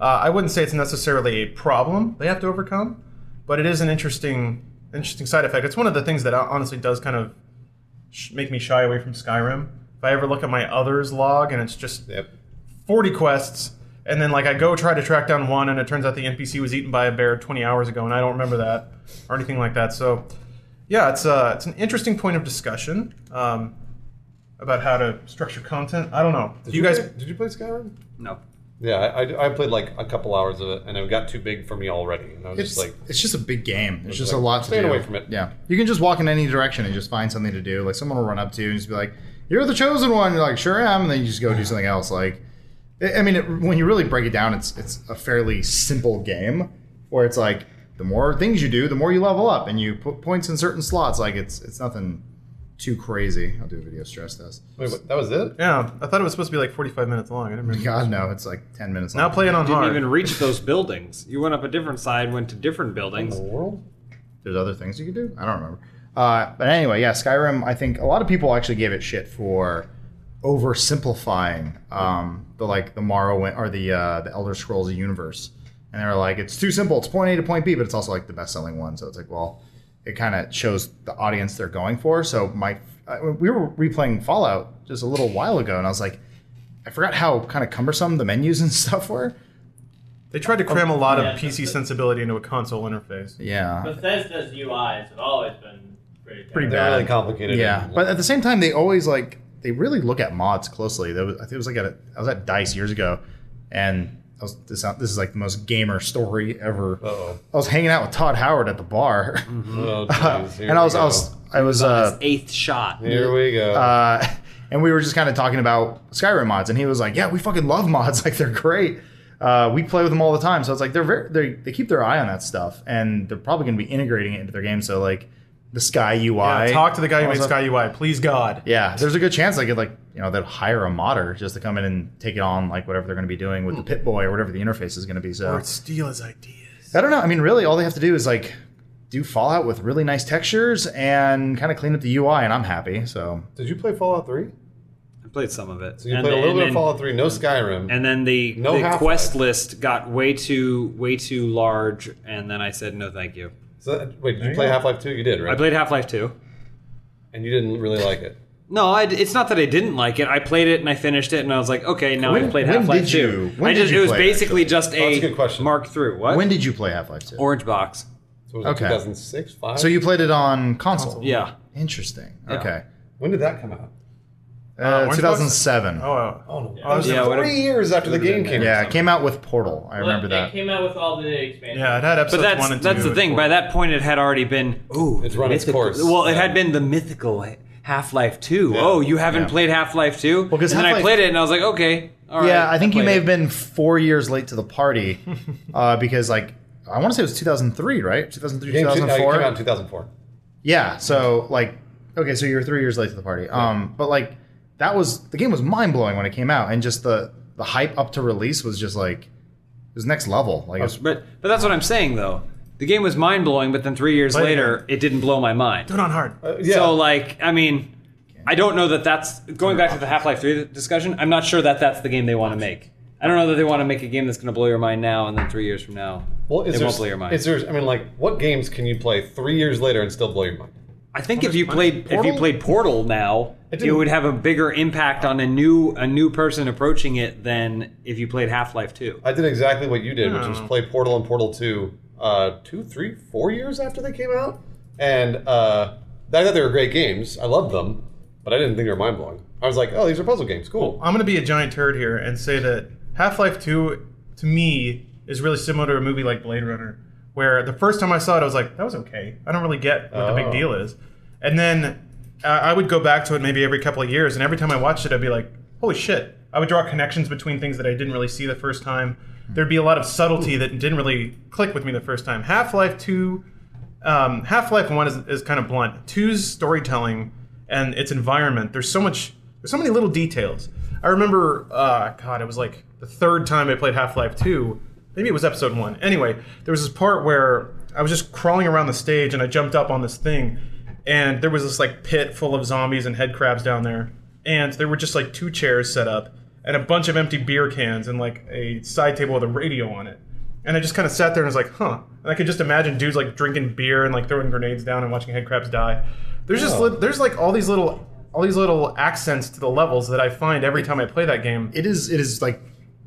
Uh, I wouldn't say it's necessarily a problem they have to overcome, but it is an interesting interesting side effect. It's one of the things that uh, honestly does kind of sh- make me shy away from Skyrim. If I ever look at my others log and it's just
Yep.
40 quests and then like i go try to track down one and it turns out the npc was eaten by a bear 20 hours ago and i don't remember that or anything like that so yeah it's uh it's an interesting point of discussion um about how to structure content i don't know
Did
do you guys
play- did you play Skyrim?
No.
Yeah, I, I, I played like a couple hours of it, and it got too big for me already. And I was
It's
just like,
it's just a big game. It's just
like,
a lot to
staying
do.
away from it.
Yeah, you can just walk in any direction and just find something to do. Like someone will run up to you and just be like, "You're the chosen one." You're like, "Sure am," and then you just go do something else. Like, I I mean, it, when you really break it down, it's it's a fairly simple game where it's like the more things you do, the more you level up, and you put points in certain slots. Like it's it's nothing too crazy. I'll do a video stress test.
wait, what, that was it?
yeah i thought it was supposed to be like 45 minutes long i didn't remember
God no, it's like ten minutes.
now
long.
play it on
Didn't
hard
even reach those buildings. You went up a different side, went to different buildings.
The world?
there's other things you could do. I don't remember. Uh, but anyway, yeah, Skyrim. I think a lot of people actually gave it shit for oversimplifying um, the like the Morrowind or the uh, the Elder Scrolls universe, and they were like, it's too simple. It's point A to point B, but it's also like the best selling one. So it's like, well, it kind of shows the audience they're going for. So my I, we were replaying Fallout just a little while ago, and I was like, I forgot how kind of cumbersome the menus and stuff were.
they tried to cram a lot
Yeah,
of pc
that's-
sensibility into a console interface
Yeah,
Bethesda's UIs have always been pretty. terrible.
Pretty
They're
bad.
really complicated.
Yeah,
and-
but at the same time, they always like they really look at mods closely. There was, I think it was like at a, I was at Dice years ago, and I was this, this is like the most gamer story ever.
Uh-oh.
I was hanging out with Todd Howard at the bar,
Oh, geez, here
and I was
we
I
go.
was I was uh,
Eighth shot.
Here we go.
uh, and we were just kind of talking about Skyrim mods, and he was like, "Yeah, we fucking love mods. Like they're great. Uh, we play with them all the time." So it's like they're very they they keep their eye on that stuff, and they're probably going to be integrating it into their game. So like the Sky UI,
yeah, talk to the guy who
all
made
stuff-
sky ui please god
yeah, there's a good chance they could like you know they'd hire a modder just to come in and take it on like whatever they're going to be doing with the pit boy or whatever the interface is going to be. So
or steal his ideas
I don't know. I mean, really, all they have to do is like do Fallout with really nice textures and kind of clean up the UI, and I'm happy. So
Did you play Fallout 3?
I played some of it.
So you
And
played a
the-
little
and
bit
then-
of Fallout 3, no Skyrim.
And then the,
No
the
Half-Life.
quest list got way too way too large, and then I said no, thank you.
so, that- wait, did you play Half Life 2? You did,
I
right?
played Half Life Two.
and you didn't really like it.
No, I, it's not that I didn't like it. I played it and I finished it, and I was like, okay, now
When-
I've played
when
Half Life
did
Two.
you- when
I
did
just
you
it was
play it,
basically
actually?
just a,
that's a good question.
mark through. What
when did you play Half Life Two?
Orange Box?
So was it
Okay.
2006, 5?
so you played it on console?
Yeah,
Interesting.
Yeah.
Okay.
When did that come out?
Uh,
Orange Box?
2007.
oh wow.
Oh, no.
I was
That
Yeah,
was
what
three years after the game came
yeah,
out.
it came out with Portal. I
Well,
remember
they
that.
came out with all the expansions.
yeah it had
but
episodes one
that's
and
that's
two
the thing.
and
By that point, it had already been ooh,
It's
the
run its
mythical-
course.
Well, it
Yeah.
had been the mythical Half Life Two. Oh, you haven't
Yeah.
played Half Life Two? Well,
'cause
and then I
Half-Life-
played it, and I was like, okay, all right.
yeah, I think you
played
may
it.
have been four years late to the party uh, because, like, I want to say it was 2003, right? 2003,
Game two- uh, it
2004.
came out in 2004.
Yeah. So like, okay, so you're three years late to the party. Um, but like, that was the game was mind blowing when it came out, and just the the hype up to release was just like it was next level. Like, it was,
But but that's what I'm saying though. The game was mind blowing, but then three years
Play it
later, it didn't blow my mind.
put on hard
Uh, yeah.
So like, I mean, I don't know that that's going back to the Half Life Three discussion. I'm not sure that that's the game they want to make. I don't know that they want to make a game that's going to blow your mind now, and then three years from now,
well, is
it
there,
won't blow your mind.
Is there, I mean, like, what games can you play three years later and still blow your mind?
I think if you played if you
Portal?
played Portal now, it,
didn't-
would have a bigger impact on a new a new person approaching it than if you played Half Life Two.
I did exactly what you did, which was play Portal and Portal 2 uh, two, three, four years after they came out. And uh, I thought they were great games. I loved them, but I didn't think they were mind blowing. I was like, oh, these are puzzle games. Cool.
I'm gonna be a giant turd here and say that Half-Life 2 to me is really similar to a movie like Blade Runner, where the first time I saw it, I was like, that was okay. I don't really get what the big
Oh.
deal is. And then uh, I would go back to it maybe every couple of years, and every time I watched it, I'd be like, holy shit. I would draw connections between things that I didn't really see the first time. There'd be a lot of subtlety that didn't really click with me the first time. Half-Life 2 um, Half Life One is, is kind of blunt. Two's storytelling and its environment. There's so much. There's so many little details. I remember. Uh, God, it was like the third time I played Half Life Two. Maybe it was Episode One. Anyway, there was this part where I was just crawling around the stage and I jumped up on this thing, and there was this like pit full of zombies and headcrabs down there, and there were just like two chairs set up and a bunch of empty beer cans and like a side table with a radio on it. And I just kind of sat there and was like, huh. And I could just imagine dudes like drinking beer and like throwing grenades down and watching headcrabs die. There's
Oh.
just li- there's like all these little all these little accents to the levels that I find every time I play that game.
it is it is like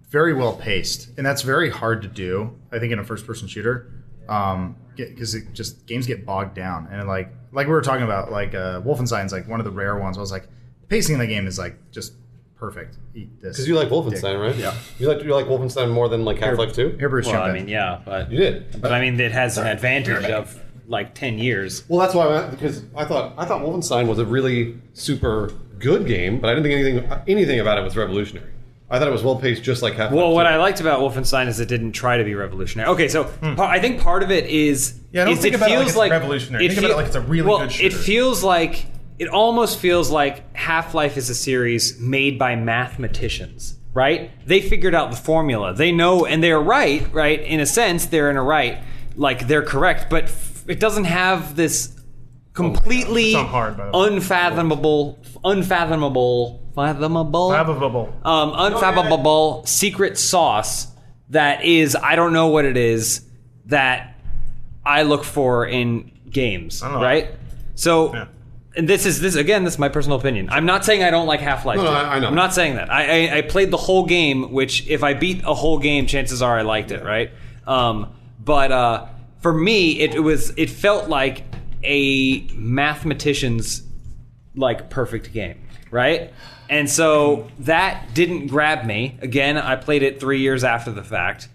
very well paced and that's very hard to do i think in a first person shooter um because it just games get bogged down and like like we were talking about like uh wolfenstein's like one of the rare ones i was like the pacing in the game is like just perfect eat this
Because you like Wolfenstein, right? Yeah. You like you like Wolfenstein more than like Half Life Two.
here Bruce,
Well,
jump
I
in.
mean, yeah, but
You did.
but I mean, it has an advantage of like ten years.
Well, that's why I, because I thought I thought Wolfenstein was a really super good game, but I didn't think anything anything about it was revolutionary. I thought it was well paced, just like Half Life.
Well, what I liked about Wolfenstein is it didn't try to be revolutionary. Okay, so pa- I think part of it is
Hmm. Yeah, don't
is
think
it
about it like
feels
it's revolutionary. Think about it like it's a really
well,
good shooter.
It feels like it almost feels like Half Life is a series made by mathematicians. Right? They figured out the formula. They know, and they're right. Right? In a sense, they're in a right. Like they're correct, but f- it doesn't have this completely
It's not hard, by the way.
unfathomable, unfathomable, fathomable,
Bababubble.
um, unfathomable secret sauce that is I don't know what it is that I look for in games,
don't know.
right? So,
Yeah.
and this is this again. This is my personal opinion. I'm not saying I don't like Half Life.
No, no, I- I know.
am not saying that. I, I I played the whole game, which if I beat a whole game, chances are I liked it, right? Um, but uh, for me, it, it was it felt like a mathematician's like perfect game, right? And so that didn't grab me. Again, I played it three years after the fact,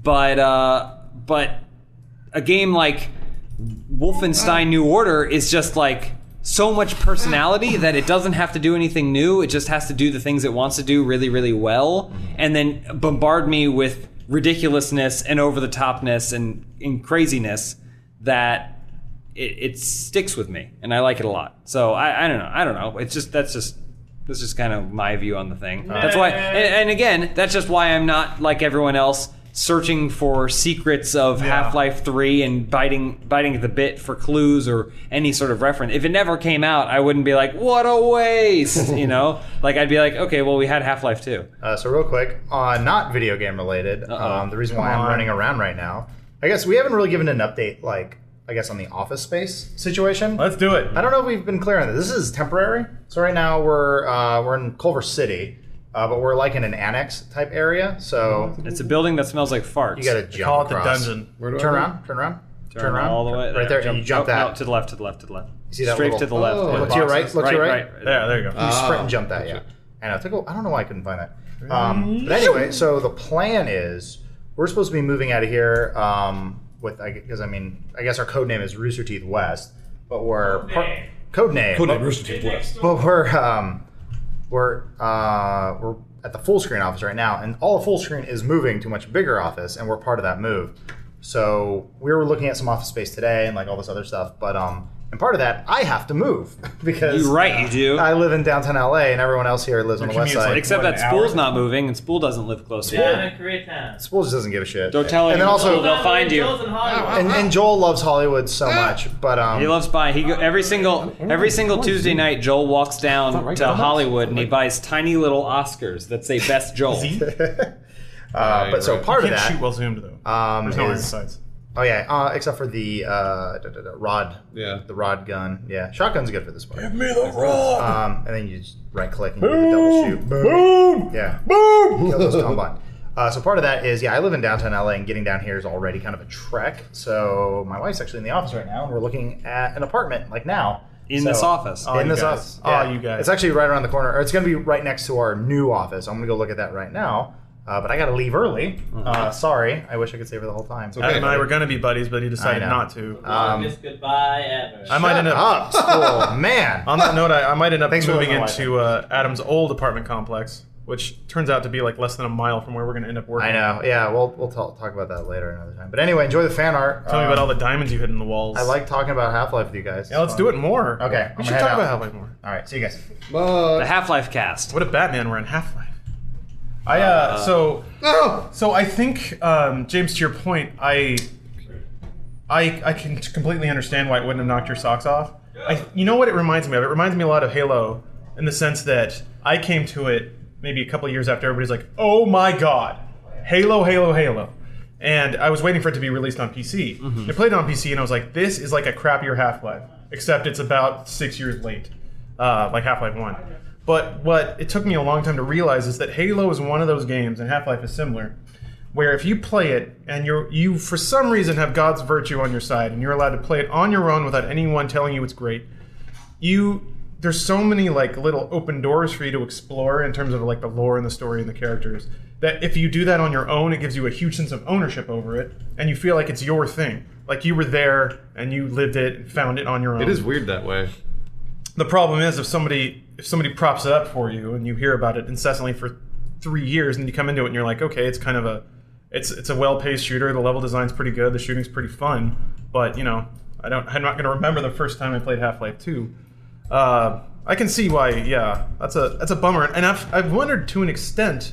but uh, but a game like Wolfenstein New Order is just like so much personality that it doesn't have to do anything new. It just has to do the things it wants to do really, really well, and then bombard me with ridiculousness and over the topness and, and craziness that it, it sticks with me, and I like it a lot. So I, I don't know. I don't know. It's just that's just that's just kind of my view on the thing. That's why, and, and again, that's just why I'm not like everyone else searching for secrets of
Yeah.
Half-Life 3 and biting biting at the bit for clues or any sort of reference. If it never came out, I wouldn't be like, "What a waste," you know? Like I'd be like, "Okay, well we had Half-Life 2."
Uh, so real quick, uh, not video game related. Um, the reason why I'm
on.
running around right now, I guess we haven't really given an update, like I guess on the office space situation.
Let's do it.
I don't know if we've been clear on this. This is temporary. So right now we're uh, we're in Culver City, uh, but we're like in an annex type area. So
It's a building that smells like farts.
you got to jump
Call it the
across.
dungeon.
Where do I
Turn
go?
around. Turn around.
turn, all the way
right there,
Jump,
and you jump
oh, no,
that.
to the left, to the left, to the left.
See that
Straight
little-
to the left.
Oh,
yeah.
Look to your right. Look to your right.
There, there you go.
You sprint
Ah.
and jump that, yeah. And I took. A, I don't know why I couldn't find that. Um, but anyway, so the plan is we're supposed to be moving out of here um, with because I mean I guess our code name is Rooster Teeth West, but we're
name.
code name.
Codename
but-
Rooster Teeth West.
but we're um, we're uh, we're at the full screen office right now, and all the full screen is moving to a much bigger office, and we're part of that move. So we were looking at some office space today and like all this other stuff, but um, and part of that I have to move because
You're right, you do.
I live in downtown LA, and everyone else here lives on the
Your
west
commute's
side.
like-
Except
What,
that
an
Spool's
hour?
not moving, and Spool doesn't live close.
Down
Yeah.
in Koreatown.
Spool just doesn't give a shit.
Don't tell
And then
anyone.
also,
They'll find you.
Joel's in Hollywood.
and, and Joel loves Hollywood so much, but um,
He loves buying. He go, every single every single Tuesday night, Joel walks down
right,
to
not right.
Hollywood and he buys tiny little Oscars that say "Best Joel."
uh, but so
right.
part of
Can't
that.
shoot well zoomed though.
um,
There's no iron
is-
sights.
Oh yeah, uh, except for the uh, da, da, da, rod.
Yeah.
The rod gun. Yeah, shotgun's good for this part.
me the rock.
Um, and then you just right click and you do the double shoot.
Boom.
Yeah.
Boom.
Kill those combine. Uh, so part of that is yeah, I live in downtown LA, and getting down here is already kind of a trek. So my wife's actually in the office right now, and we're looking at an apartment like now
In
So-
this office.
Oh,
in
you
this
guys.
office.
Oh, you guys.
It's actually right around the corner, or it's going to be right next to our new office. I'm going to go look at that right now. Uh, but I got to leave early. Uh, sorry. I wish I could stay for the whole time.
okay.
Adam and Mm-hmm. I were gonna be buddies, but he decided
I know.
not
Oh,
to.
Um,
Longest goodbye ever.
I might end up.
up, school, man.
On that note, I, I might end up
Thanks for
moving
letting me know
into uh, Adam's old apartment complex, which turns out to be like less than a mile from where we're going to end up working.
I know. Yeah, we'll we'll talk, talk about that later another time. But anyway, enjoy the fan art.
Tell me about all the diamonds you hid in the walls.
Um, I like talking about Half Life with you guys.
Yeah, let's do it more.
Okay, I'm
we
gonna
should
head
talk
out.
about Half-Life more.
All right, see you guys.
the
But
Half Life cast.
What if Batman were in Half-Life? I uh, so
Oh!
so I think um, James, to your point, I I I can completely understand why it wouldn't have knocked your socks off. I, you know what it reminds me of? It reminds me a lot of Halo in the sense that I came to it maybe a couple years after everybody's like, "Oh my god, Halo, Halo, Halo." and I was waiting for it to be released on PC. I played it on PC, and I was like, "This is like a crappier Half Life, except it's about six years late, uh, like Half Life One." But what it took me a long time to realize is that Halo is one of those games, and Half Life is similar, where if you play it and you are you for some reason have God's virtue on your side, and you're allowed to play it on your own without anyone telling you it's great, you there's so many like little open doors for you to explore in terms of like the lore and the story and the characters that if you do that on your own it gives you a huge sense of ownership over it and you feel like it's your thing like you were there and you lived it and found it on your own
It is weird that way.
the problem is if somebody if somebody props it up for you and you hear about it incessantly for three years and you come into it and you're like okay it's kind of a it's it's a well-paced shooter the level design's pretty good the shooting's pretty fun but you know i don't i'm not going to remember the first time i played half-life 2 uh, i can see why yeah that's a that's a bummer and i've i've wondered to an extent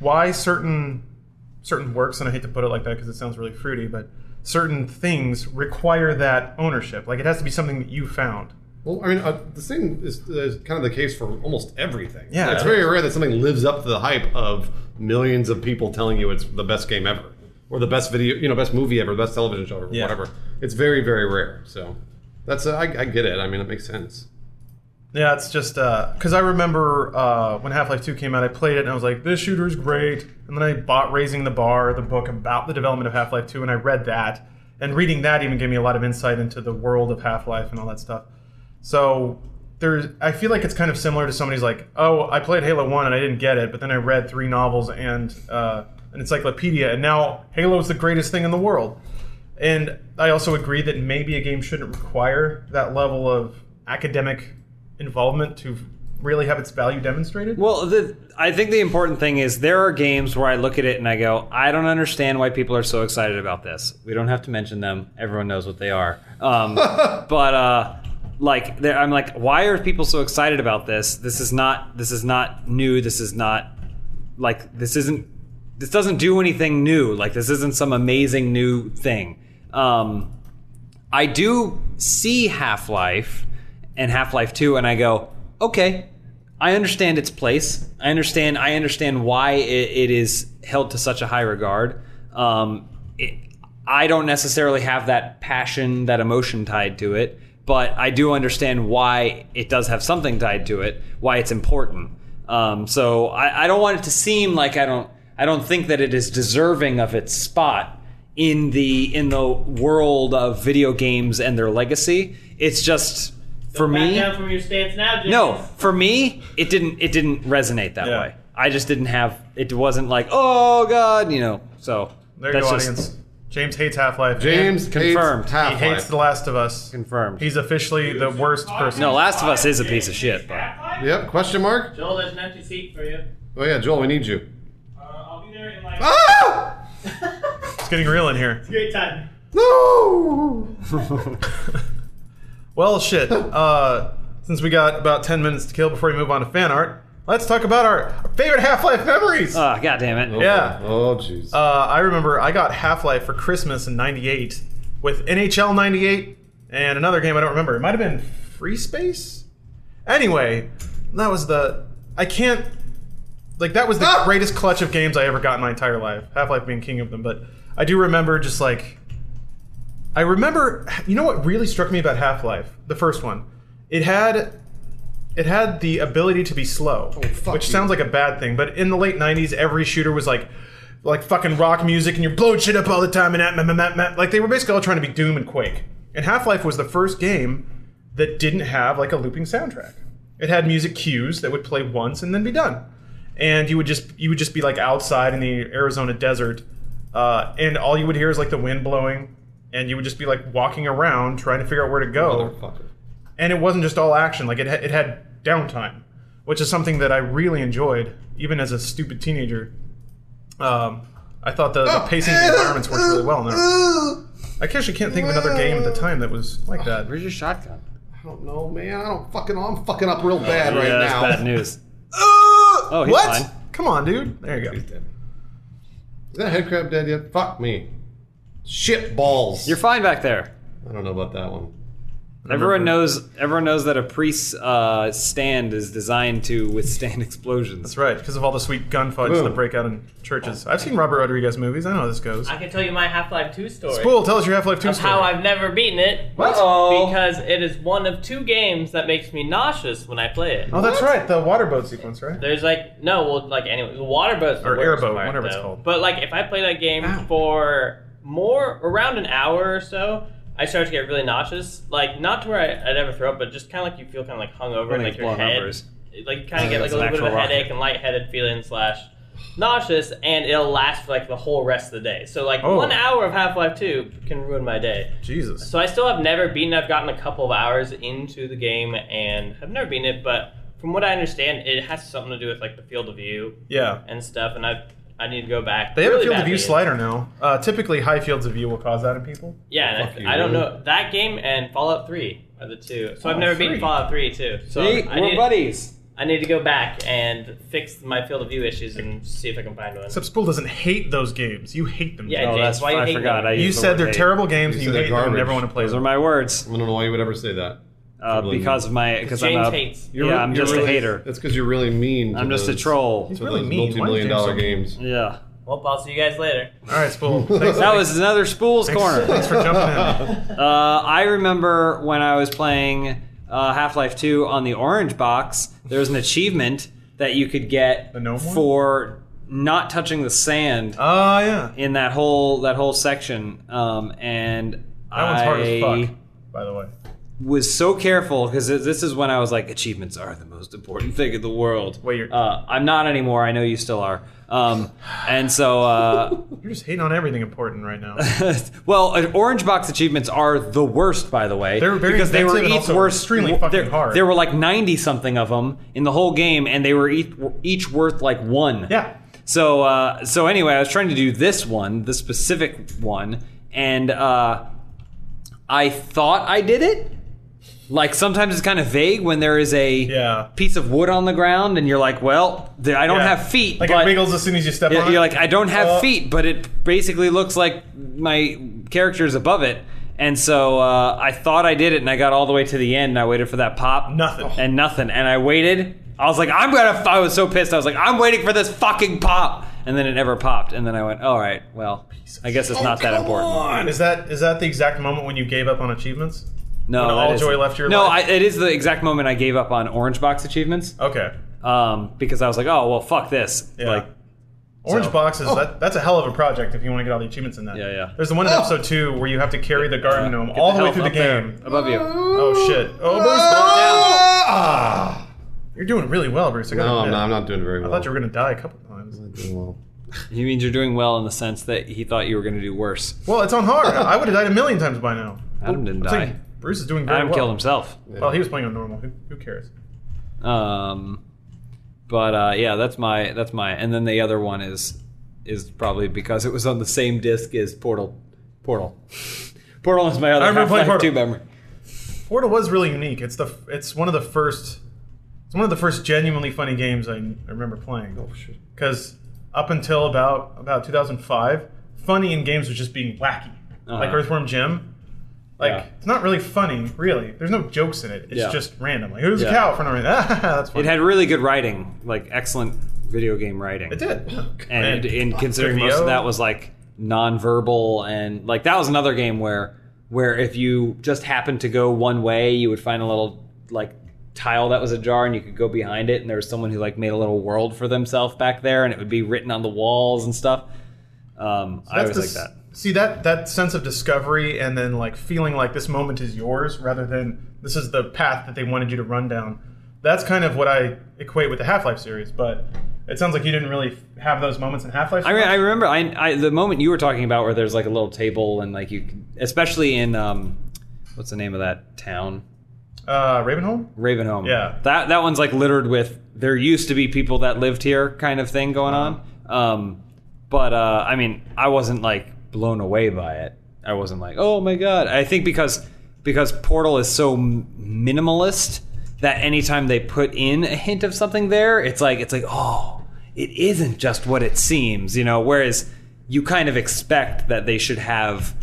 why certain certain works and i hate to put it like that because it sounds really fruity but certain things require that ownership like it has to be something that you found
Well, I mean, uh, the same is, is kind of the case for almost everything.
Yeah.
it's very rare that something lives up to the hype of millions of people telling you it's the best game ever, or the best video, you know, best movie ever, best television show ever,
Yeah.
whatever. It's very, very rare. So that's uh, I, I get it. I mean, it makes sense.
Yeah, it's just because I remember uh, when Half Life 2 came out, I played it and I was like, this shooter's great. And then I bought Raising the Bar, the book about the development of Half Life 2, and I read that. And reading that even gave me a lot of insight into the world of Half Life and all that stuff. So there's, I feel like it's kind of similar to somebody's like, oh, I played Halo 1 and I didn't get it, but then I read three novels and uh, an encyclopedia, and now Halo's the greatest thing in the world. And I also agree that maybe a game shouldn't require that level of academic involvement to really have its value demonstrated.
Well, the, I think the important thing is there are games where I look at it and I go, I don't understand why people are so excited about this. We don't have to mention them; everyone knows what they are. Um, but uh, like, there- I'm like, why are people so excited about this? This is not. This is not new. This is not like this isn't. This doesn't do anything new. Like this isn't some amazing new thing. Um, I do see Half Life and Half Life 2, and I go, okay, I understand its place. I understand. I understand why it, it is held to such a high regard. Um, it, I don't necessarily have that passion, that emotion tied to it, but I do understand why it does have something tied to it, why it's important. Um, so I, I don't want it to seem like I don't. I don't think that it is deserving of its spot in the in the world of video games and their legacy. It's just for
Back
me.
down from your stance now, James.
No, for me, it didn't. It didn't resonate that
Yeah.
way. I just didn't have. It wasn't like, oh god, you know. So
there you
that's
go,
just
audience. James hates Half Life.
James
confirmed.
hates
He
he
Half-Life.
hates The Last of Us.
confirmed.
He's officially the worst person.
no, Last of Us is a piece of shit. But
Yep. Question mark.
Joel, there's an empty seat for you.
Oh yeah, Joel, we need you.
Uh, I'll be there in like.
Ah!
It's getting real in here.
Great time.
No.
Well, shit. Uh, since we got about 10 minutes to kill before we move on to fan art, let's talk about our favorite Half Life memories.
ah, god damn it.
Yeah.
Oh jeez.
Uh, I remember I got Half Life for Christmas in '98 with NHL '98 and another game I don't remember. It might have been Free Space. Anyway, that was the I can't like that was the greatest clutch of games I ever got in my entire life. Half Life being king of them, but I do remember just like I remember. You know what really struck me about Half Life, the first one, it had it had the ability to be slow, which sounds like a bad thing. But in the late '90s, every shooter was like like fucking rock music, and you're blowing shit up all the time, and that, meh, meh, meh, meh. like they were basically all trying to be Doom and Quake. And Half Life was the first game that didn't have like a looping soundtrack. It had music cues that would play once and then be done, and you would just you would just be like outside in the Arizona desert, uh, and all you would hear is like the wind blowing, and you would just be like walking around trying to figure out where to go
Motherfucker.
and it wasn't just all action. Like it, ha- it had downtime, which is something that I really enjoyed, even as a stupid teenager. Um, I thought the, the pacing of the environments worked really well. in there. I actually can't think of another game at the time that was like that.
Where's your shotgun?
I don't know, man. I don't fucking. know. I'm fucking up real bad right
Oh, yeah, that's
now.
bad news.
Oh,
he's
what?
fine.
Come on, dude. There you go.
He's dead. Is that head crab dead yet? Fuck me. Shit balls.
You're fine back there.
I don't know about that one.
Everyone knows. Everyone knows that a priest's uh, stand is designed to withstand explosions.
That's right, because of all the sweet gun fights that break out in churches. I've seen Robert Rodriguez movies. I know how this goes.
I can tell you my Half Life 2 story.
Cool. Tell us your Half Life Two
Of
story.
how I've never beaten it.
What?
Uh-oh.
Because it is one of two games that makes me nauseous when I play it.
oh, that's right. The water boat sequence, right?
There's like no, well, like anyway, the water boat's the
Or
worst
airboat,
part,
whatever it's
though.
called.
But like, if I play that game for more around an hour or so, I start to get really nauseous. Like, not to where I, I'd ever throw up, but just kind of like you feel kind of like hungover
When
and
it's
like your
blown
head,
uppers.
like you kind of get like
it's
a
an
little bit of a
actual rocket.
headache and lightheaded feeling slash nauseous, and it'll last for like the whole rest of the day. So like
Oh.
one hour of Half Life Two can ruin my day.
Jesus.
So I still have never beaten. it. I've gotten a couple of hours into the game and have never beaten it. But from what I understand, it has something to do with like the field of view
Yeah.
and stuff. And I I need to go back.
They have
really
a field of
badly.
view slider now. Uh, typically, high fields of view will cause that in people.
Yeah,
Fuck
and
you,
I, I don't
really.
know that game and Fallout Three are the two. So I've
Fallout
never
3.
beaten Fallout Three too. So
See,
I
we're
need
buddies.
I need to go back and fix my field of view issues and see if I can find one.
Except Spool doesn't hate those games. You hate them.
Yeah,
Oh,
James,
that's
why you
I
hate
forgot.
them?
I
You
used the
said
word
they're
hate.
terrible games
You
and
said
you
they're
hate them and
garbage.
never want to play
Those are
them.
my words
I'm gonna know why you would ever say that.
uh,
Troubling
because of my because I'm
James
a
hates.
yeah I'm just a
really-
hater.
That's because you're really mean. To
I'm just a
those-
troll.
He's
To
really
those
mean. Why is
multi-million
James
dollar
so mean?
games.
Yeah.
Well, I'll see you guys later.
All right, Spool. Thanks,
That was another Spool's corner.
thanks for jumping in.
Uh, I remember when I was playing uh, Half Life 2 on the orange box, there was an achievement that you could get
The gnome one?
for not touching the sand
Oh, yeah.
in that whole that whole section. Um, and
That one's hard as
I
fuck, by the way.
was so careful because this is when I was like, achievements are the most important thing in the world.
Wait, you're-
uh, I'm not anymore. I know you still are. Um, and so uh,
You're just hating on everything important right now.
well, uh, orange box achievements are the worst, by the way.
They're very
because they were
expensive and
each
also
worth
extremely
w-
fucking
there,
hard.
There were like ninety something of them in the whole game, and they were each, each worth like one.
Yeah.
So uh, so anyway, I was trying to do this one, the specific one, and uh, I thought I did it. Like sometimes it's kind of vague when there is a
Yeah.
piece of wood on the ground, and you're like, well, th- I don't
Yeah.
have feet,
Like
but
it wiggles as soon as you step
yeah,
on it.
you're like, I don't have
Uh,
feet, but it basically looks like my character is above it. And so uh, I thought I did it, and I got all the way to the end, and I waited for that pop.
Nothing.
And nothing. And I waited. I was like, I'm gonna. F-. I was so pissed. I was like, I'm waiting for this fucking pop. And then it never popped. And then I went, all right, well, I guess it's not
Oh,
that important.
on. Is that is that the exact moment when you gave up on achievements?
No,
When
that
all
isn't.
joy left your
no.
life?
I, it is the exact moment I gave up on orange box achievements
Okay.
um, because I was like, oh well, fuck this.
Yeah.
Like,
Orange
So- Oh.
boxes, that, that's a hell of a project if you want to get all the achievements in that.
Yeah, yeah.
There's the one in episode two where you have to carry the garden gnome
uh, get
all the, way
health
through the
up there,
game.
above you.
Oh, shit. Oh, Bruce,
Ah!
you're doing really well, Bruce. I gotta
No, I'm
admit.
not, I'm not doing very
I
well.
thought you were going to die a couple times.
I'm not doing well.
He means you're doing well in the sense that he thought you were going to do worse.
Well, it's on hard. I would have died a million times by now.
Adam didn't
I'm
die.
saying Bruce is doing very
Adam
well.
killed himself.
Well, he was playing on normal. Who, who cares?
Um, but uh, yeah, that's my that's my. And then the other one is is probably because it was on the same disc as Portal. Portal. Portal is my other
I remember playing
Half-Life 2
Portal.
memory.
Portal was really unique. It's the it's one of the first it's one of the first genuinely funny games I, I remember playing. Oh shit! Because up until about about 2005, funny in games was just being wacky, like
Uh-huh.
Earthworm Jim. Like
Yeah.
it's not really funny, really. There's no jokes in it. It's
Yeah.
just random. Like who's
Yeah.
a cow for no reason? That's funny.
It had really good writing, like excellent video game writing.
It did. yeah.
and in considering
Good
most of
VO.
that was like nonverbal and like that was another game where where if you just happened to go one way you would find a little like tile that was ajar and you could go behind it and there was someone who like made a little world for themselves back there and it would be written on the walls and stuff um i
That's
always
the
like
s-
that
See that that sense of discovery and then like feeling like this moment is yours rather than this is the path that they wanted you to run down. That's kind of what I equate with the Half Life series, but it sounds like you didn't really f- have those moments in Half Life.
I, re- I remember I, I the moment you were talking about where there's like a little table and like you can, especially in um what's the name of that town
uh, Ravenholm.
Ravenholm.
Yeah.
That that one's like littered with there used to be people that lived here kind of thing going on. Um but uh I mean, I wasn't like blown away by it. I wasn't like, "Oh my god." I think because because Portal is so m- minimalist that anytime they put in a hint of something there, it's like it's like, "Oh, it isn't just what it seems," you know, whereas you kind of expect that they should have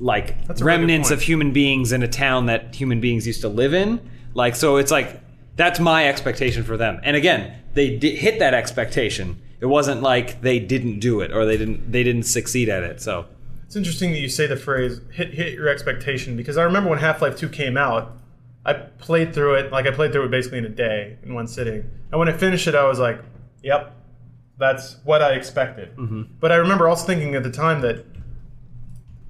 like
That's a really good
remnants
point.
of human beings in a town that human beings used to live in. Like, so it's like that's my expectation for them. And again, they di- hit that expectation. It wasn't like they didn't do it or they didn't they didn't succeed at it. So
It's interesting that you say the phrase "hit hit your expectation" because I remember when Half Life Two came out, I played through it like I played through it basically in a day in one sitting, and when I finished it, I was like, "Yep, that's what I expected." But I remember also thinking at the time that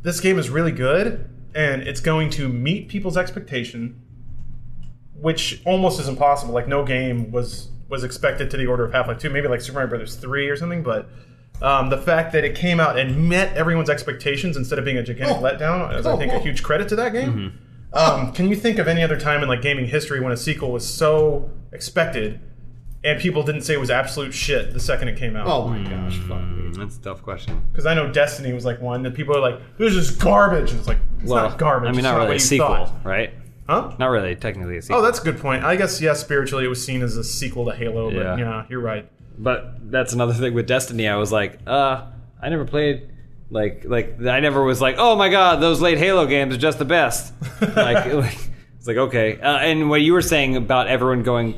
this game is really good and it's going to meet people's expectation, which almost is impossible. Like no game was was expected to the order of Half Life Two, maybe like Super Mario Brothers Three or something, but um, the fact that it came out and met everyone's expectations instead of being a gigantic
Oh.
letdown is, I think, a
Oh.
huge credit to that game. Um, can you think of any other time in like gaming history when a sequel was so expected and people didn't say it was absolute shit the second it came out?
Oh my gosh, fuck me.
that's a tough question.
Because I know Destiny was like one that people are like, "This is garbage," and it's like, "It's
well,
not garbage."
I mean,
it's
not
what
really a
you
sequel,
thought.
right?
huh?
Not really technically a sequel.
Oh, that's a good point. I guess yeah, spiritually it was seen as a sequel to Halo,
Yeah.
but yeah, you're right.
but that's another thing with Destiny. I was like, uh, I never played. Like, like I never was like, oh my god, those late Halo games are just the best. like, like, it's like okay. Uh, and what you were saying about everyone going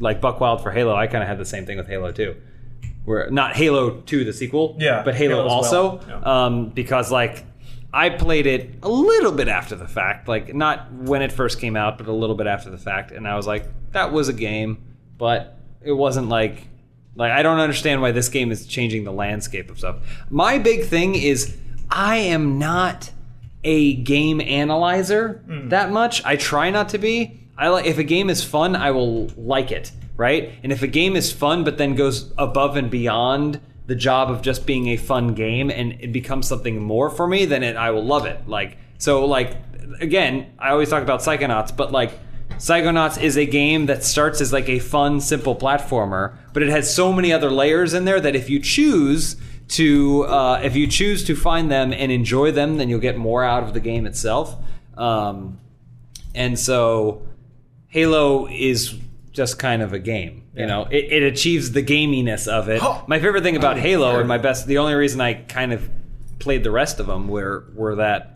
like buck wild for Halo, I kind of had the same thing with Halo too. Where not Halo Two, the sequel,
Yeah,
but Halo,
Halo as
also,
well. Yeah.
um, because like I played it a little bit after the fact, like not when it first came out, but a little bit after the fact, and I was like, that was a game, but it wasn't like like I don't understand why this game is changing the landscape of stuff. My big thing is I am not a game analyzer that much. I try not to be. I like if a game is fun, I will like it, right? And if a game is fun but then goes above and beyond the job of just being a fun game and it becomes something more for me, then it I will love it. Like so like again, I always talk about Psychonauts, but like Psychonauts is a game that starts as like a fun, simple platformer, but it has so many other layers in there that if you choose to uh, if you choose to find them and enjoy them, then you'll get more out of the game itself. Um, and so, Halo is just kind of a game. You know, it, it achieves the gaminess of it. My favorite thing about Halo, and my best, the only reason I kind of played the rest of them were were that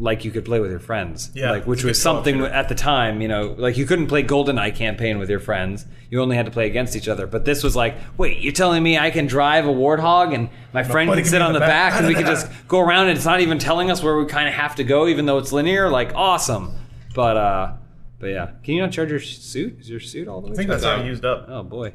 like you could play with your friends.
Yeah,
Like which
it's a
was
good co-op
something
shooter.
at the time, you know, like you couldn't play GoldenEye campaign with your friends. You only had to play against each other. But this was like, wait, you're telling me I can drive a warthog and my friend
buddy
can
can
sit
be
on the back, and we can just go around and it's not even telling us where we kind of have to go even though it's linear? Like awesome. But uh but yeah, can you not charge your suit? Is your suit all the way?
I think
That's
that's how
out.
I used up.
oh boy.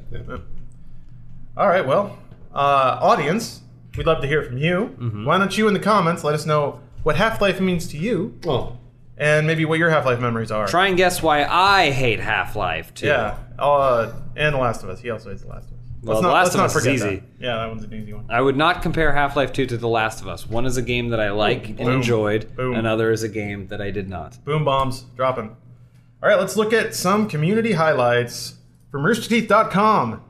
All right, well, uh, audience, we'd love to hear from you.
Mm-hmm.
Why don't you in the comments let us know what Half Life means to you
Oh,
and maybe what your Half Life memories are.
Try and guess why I hate Half-Life too.
yeah, uh, and The Last of Us. He also hates The Last of Us.
Well, The Last of Us is
that.
easy.
Yeah, that one's an easy one.
I would not compare Half Life 2 to The Last of Us. One is a game that I like and
Boom.
enjoyed,
Boom.
another is a game that I did not.
Boom bombs dropping. All right, let's look at some community highlights from roosterteeth.com.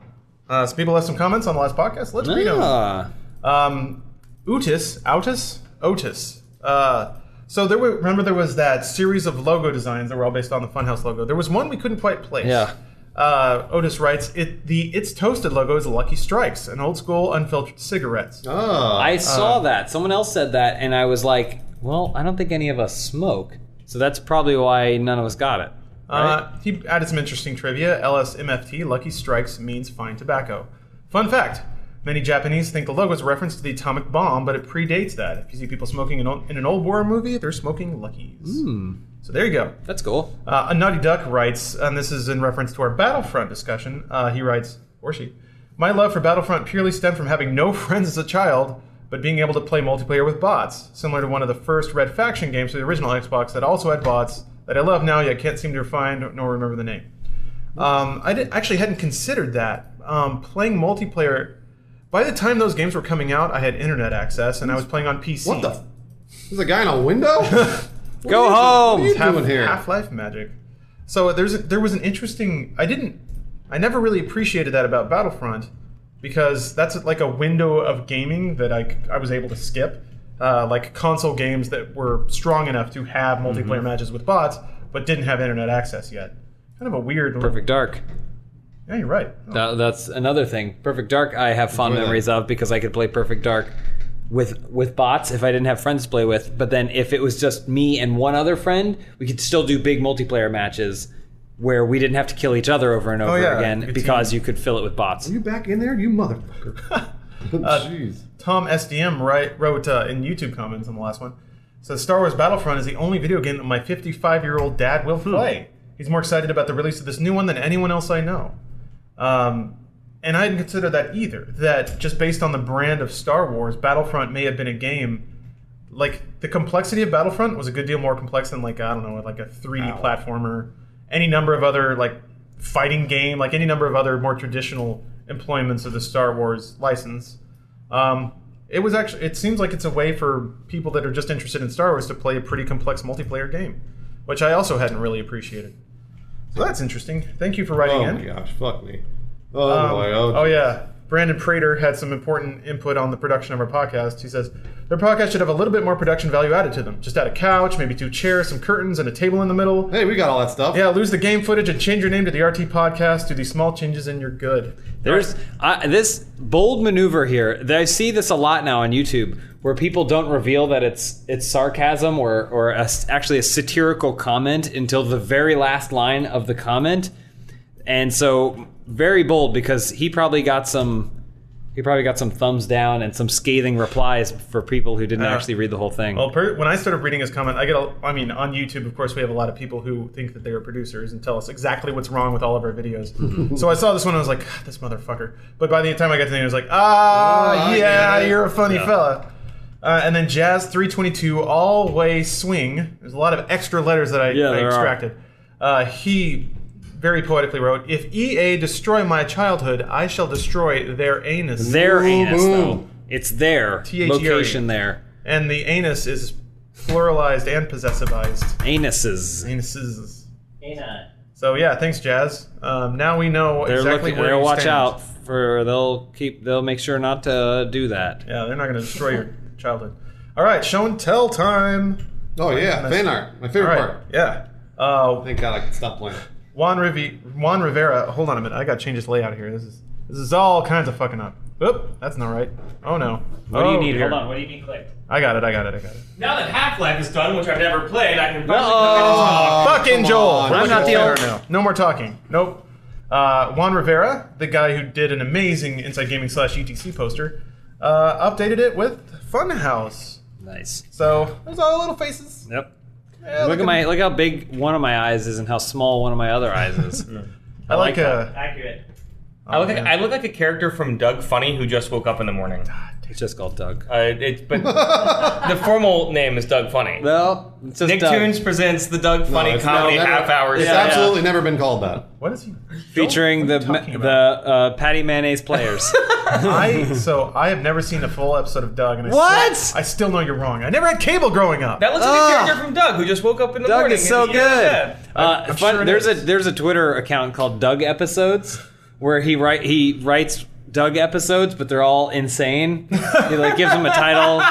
Uh, some people left some comments on the last podcast. Let's read them.
Ah.
Um, Otis, Otis, Otis. Uh, so there were. Remember, there was that series of logo designs that were all based on the Funhouse logo. There was one we couldn't quite place.
Yeah.
Uh, Otis writes, "It the it's toasted logo is Lucky Strikes, an old school unfiltered cigarettes."
oh.
Uh,
I saw that. Someone else said that, and I was like, well, I don't think any of us smoke, so that's probably why none of us got it.
Uh, he added some interesting trivia. LSMFT, Lucky Strikes, means fine tobacco. Fun fact many Japanese think the logo is a reference to the atomic bomb, but it predates that. If you see people smoking in, o- in an old war movie, they're smoking Luckies. So there you go.
That's cool.
Uh, a Naughty Duck writes, and this is in reference to our Battlefront discussion. Uh, he writes, or she, my love for Battlefront purely stemmed from having no friends as a child, but being able to play multiplayer with bots, similar to one of the first Red Faction games for the original Xbox that also had bots that I love now yet can't seem to find nor remember the name. Um, I did, actually hadn't considered that. Um, playing multiplayer. By the time those games were coming out, I had internet access and I was playing on PC.
what the? F- There's a guy in a window.
Go home!
What are you doing here?
Half Life magic. So there's a, there was an interesting. I didn't. I never really appreciated that about Battlefront because that's like a window of gaming that I, c- I was able to skip. Uh, like console games that were strong enough to have multiplayer
Mm-hmm.
matches with bots, but didn't have internet access yet. Kind of a weird.
Perfect Dark.
Yeah, you're right. Oh.
That- that's another thing. Perfect Dark, I have fond
Enjoy that.
memories of because I could play Perfect Dark with with bots if I didn't have friends to play with. But then if it was just me and one other friend, we could still do big multiplayer matches where we didn't have to kill each other over and over
yeah,
again
good
because you could fill it with bots.
You back in there, you motherfucker. Jeez.
Tom SDM write, wrote uh, in YouTube comments on the last one. Says Star Wars Battlefront is the only video game that my 55 year old dad
Hmm.
will play. He's more excited about the release of this new one than anyone else I know. Um, and I didn't consider that either. That just based on the brand of Star Wars, Battlefront may have been a game. Like the complexity of Battlefront was a good deal more complex than like I don't know, like a 3D platformer, any number of other like fighting game, like any number of other more traditional employments of the Star Wars license. Um, it was actually. It seems like it's a way for people that are just interested in Star Wars to play a pretty complex multiplayer game, which I also hadn't really appreciated. So that's interesting. Thank you for writing
Oh
in.
my gosh, fuck me. Oh
Um,
boy, oh,
oh yeah. Brandon Prater had some important input on the production of our podcast. He says their podcast should have a little bit more production value added to them. Just add a couch, maybe two chairs, some curtains, and a table in the middle.
Hey, we got all that stuff.
Yeah, lose the game footage and change your name to the RT Podcast. Do these small changes and you're good.
There's I this bold maneuver here. that I see this a lot now on YouTube, where people don't reveal that it's it's sarcasm or or a, actually a satirical comment until the very last line of the comment, and so very bold because he probably got some he probably got some thumbs down and some scathing replies for people who didn't
Uh,
actually read the whole thing.
Well, per- when I started reading his comment, I get, a, I mean, on YouTube, of course, we have a lot of people who think that they are producers and tell us exactly what's wrong with all of our videos. so I saw this one and I was like, "God, this motherfucker. But by the time I got to the end, I was like, ah,
Ah, I
yeah,
get it."
you're a funny
Yeah.
fella. Uh, and then Jazz 322, All Way Swing. There's a lot of extra letters that I,
Yeah,
I
there are.
extracted. Uh, he very poetically wrote, If EA destroy my childhood, I shall destroy their anus.
their anus
boom.
though, it's their
T-H-E-R-E.
location there.
and the anus is pluralized and possessivized.
Anuses.
Anuses.
Canine.
So yeah, thanks, Jazz. Um, now we know
They're
exactly
looking.
where
They'll
you
watch
stand.
out for. They'll keep. They'll make sure not to do that.
Yeah, they're not going to destroy your childhood. All right, show and tell time.
Oh yeah, fan art. My
All
favorite
right,
part.
yeah. Uh,
Thank God I can stop playing.
Juan, Rivi- Juan Rivera. Hold on a minute. I got to change this layout here. This is this is all kinds of fucking up. Oop, that's not right. Oh no.
What do you
Oh,
need
dear.
here?
what do you mean click?
I got it. I got it. I got it.
Now that Half Life is done, which I've never played, I can finally
Oh,
Fucking
come
Joel.
on,
I'm
Joel.
not the owner now. No more talking. Nope. Uh, Juan Rivera, the guy who did an amazing Inside Gaming slash ETC poster, uh, updated it with Funhouse.
Nice.
So there's all the little faces.
Yep.
Yeah,
Look at my. Look how big one of my eyes is, and how small one of my other eyes is.
I like, uh,
like
a.
Accurate.
oh,
I look, like,
man.
I look like a character from Doug Funny who just woke up in the morning.
it's just called Doug.
Uh, it, but the formal name is Doug Funny.
Well, it's just Doug.
Nicktoons presents the Doug Funny
it's
comedy
never-
half hour.
It's
show.
absolutely never been called that.
What is he?
featuring the
What are you
ma-
talking
the uh, Patty Mayonnaise players.
I so I have never seen a full episode of Doug, and I
What?
Still, I still know you're wrong. I never had cable growing up.
That looks like
Ah.
a character from Doug who just woke up in the
Doug
morning.
is so
and
good.
he upset.
Uh,
I'm
fun-
sure it
there's
is.
a there's a Twitter account called Doug Episodes where he write he writes Doug episodes, but they're all insane. He like gives them a title.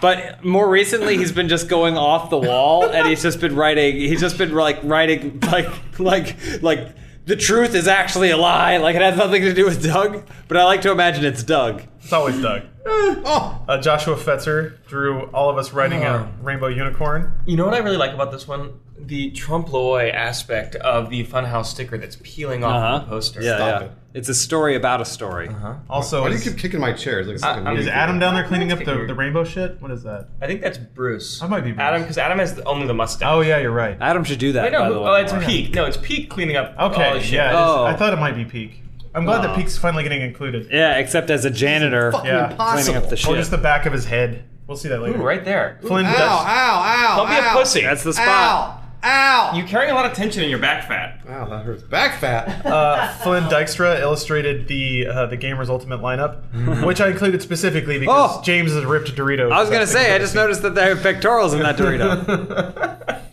But more recently, he's been just going off the wall, and he's just been writing. He's just been like writing like like like the truth is actually a lie. Like it has nothing to do with Doug. But I like to imagine it's Doug.
it's always Doug.
Oh,
Uh, Joshua Fetzer drew all of us riding a rainbow unicorn.
You know what I really like about this one? The Trump Loy aspect of the Funhouse sticker that's peeling off
Uh-huh.
the poster.
Yeah,
Stop
yeah. Uh-huh.
it.
It's a story about a story.
Also,
why do you
is-
keep kicking my chairs? Like it's
I-
like a
I'm-
meat
is Adam down there cleaning up
That's
the,
weird.
the rainbow shit? What is that?
I think that's Bruce.
That might be Bruce.
Adam, because Adam has the, only the mustache.
Oh yeah, you're right.
Adam should do that.
Wait, no,
by
who-
the way.
oh, it's Peak. No, it's Peak cleaning up. all
Okay,
the shit.
yeah. it is.
Oh.
I thought it might be Peak. I'm glad that
Oh.
Peak's finally getting included.
Yeah, except as a janitor
fucking
Yeah.
impossible.
cleaning up the shit.
Or just the back of his head. We'll see that later.
Ooh, right there.
Flynn
Ow,
does.
ow, ow.
Don't be a
ow.
pussy.
That's the spot.
Ow, ow.
You're carrying a lot of tension in your back fat.
Wow, that hurts. Back fat.
Uh, Flynn
Oh.
Dykstra illustrated the uh, the gamer's ultimate
Mm-hmm.
lineup, which I included specifically because
Oh.
James has ripped Doritos.
I was gonna say, I just noticed that there are pectorals in that Dorito.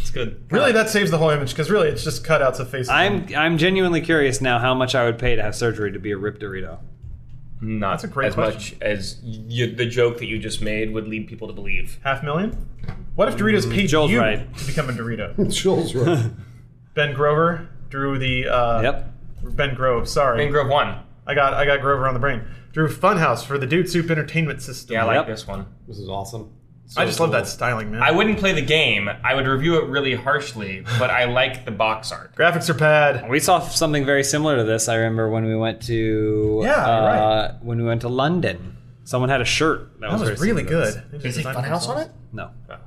It's good.
really that saves the whole image because really it's just cutouts of faces.
I'm I'm genuinely curious now how much I would pay to have surgery to be a ripped Dorito.
Not
That's a great
as
question.
much as you, the joke that you just made would lead people to believe.
half million. What if Doritos paid
Mm, Joel's
you
right.
to become a Dorito?
Joel's right.
ben Grover drew the. Uh,
Yep.
Ben Grove. Sorry.
Main Grove 1.
I got I got Grover on the brain. Drew Funhouse for the Dude Soup Entertainment System.
Yeah, I like
Yep.
this one.
This is awesome.
I just love that styling, man.
I wouldn't play the game. I would review it really harshly, but I like the box art.
Graphics are bad.
We saw something very similar to this. I remember when we went to
Yeah,
uh,
right.
when we went to London. Someone had a shirt that,
That was,
very
really
similar to
good.
this.
They
Is
just
he
designed
Funhouse on it?
themselves.
No,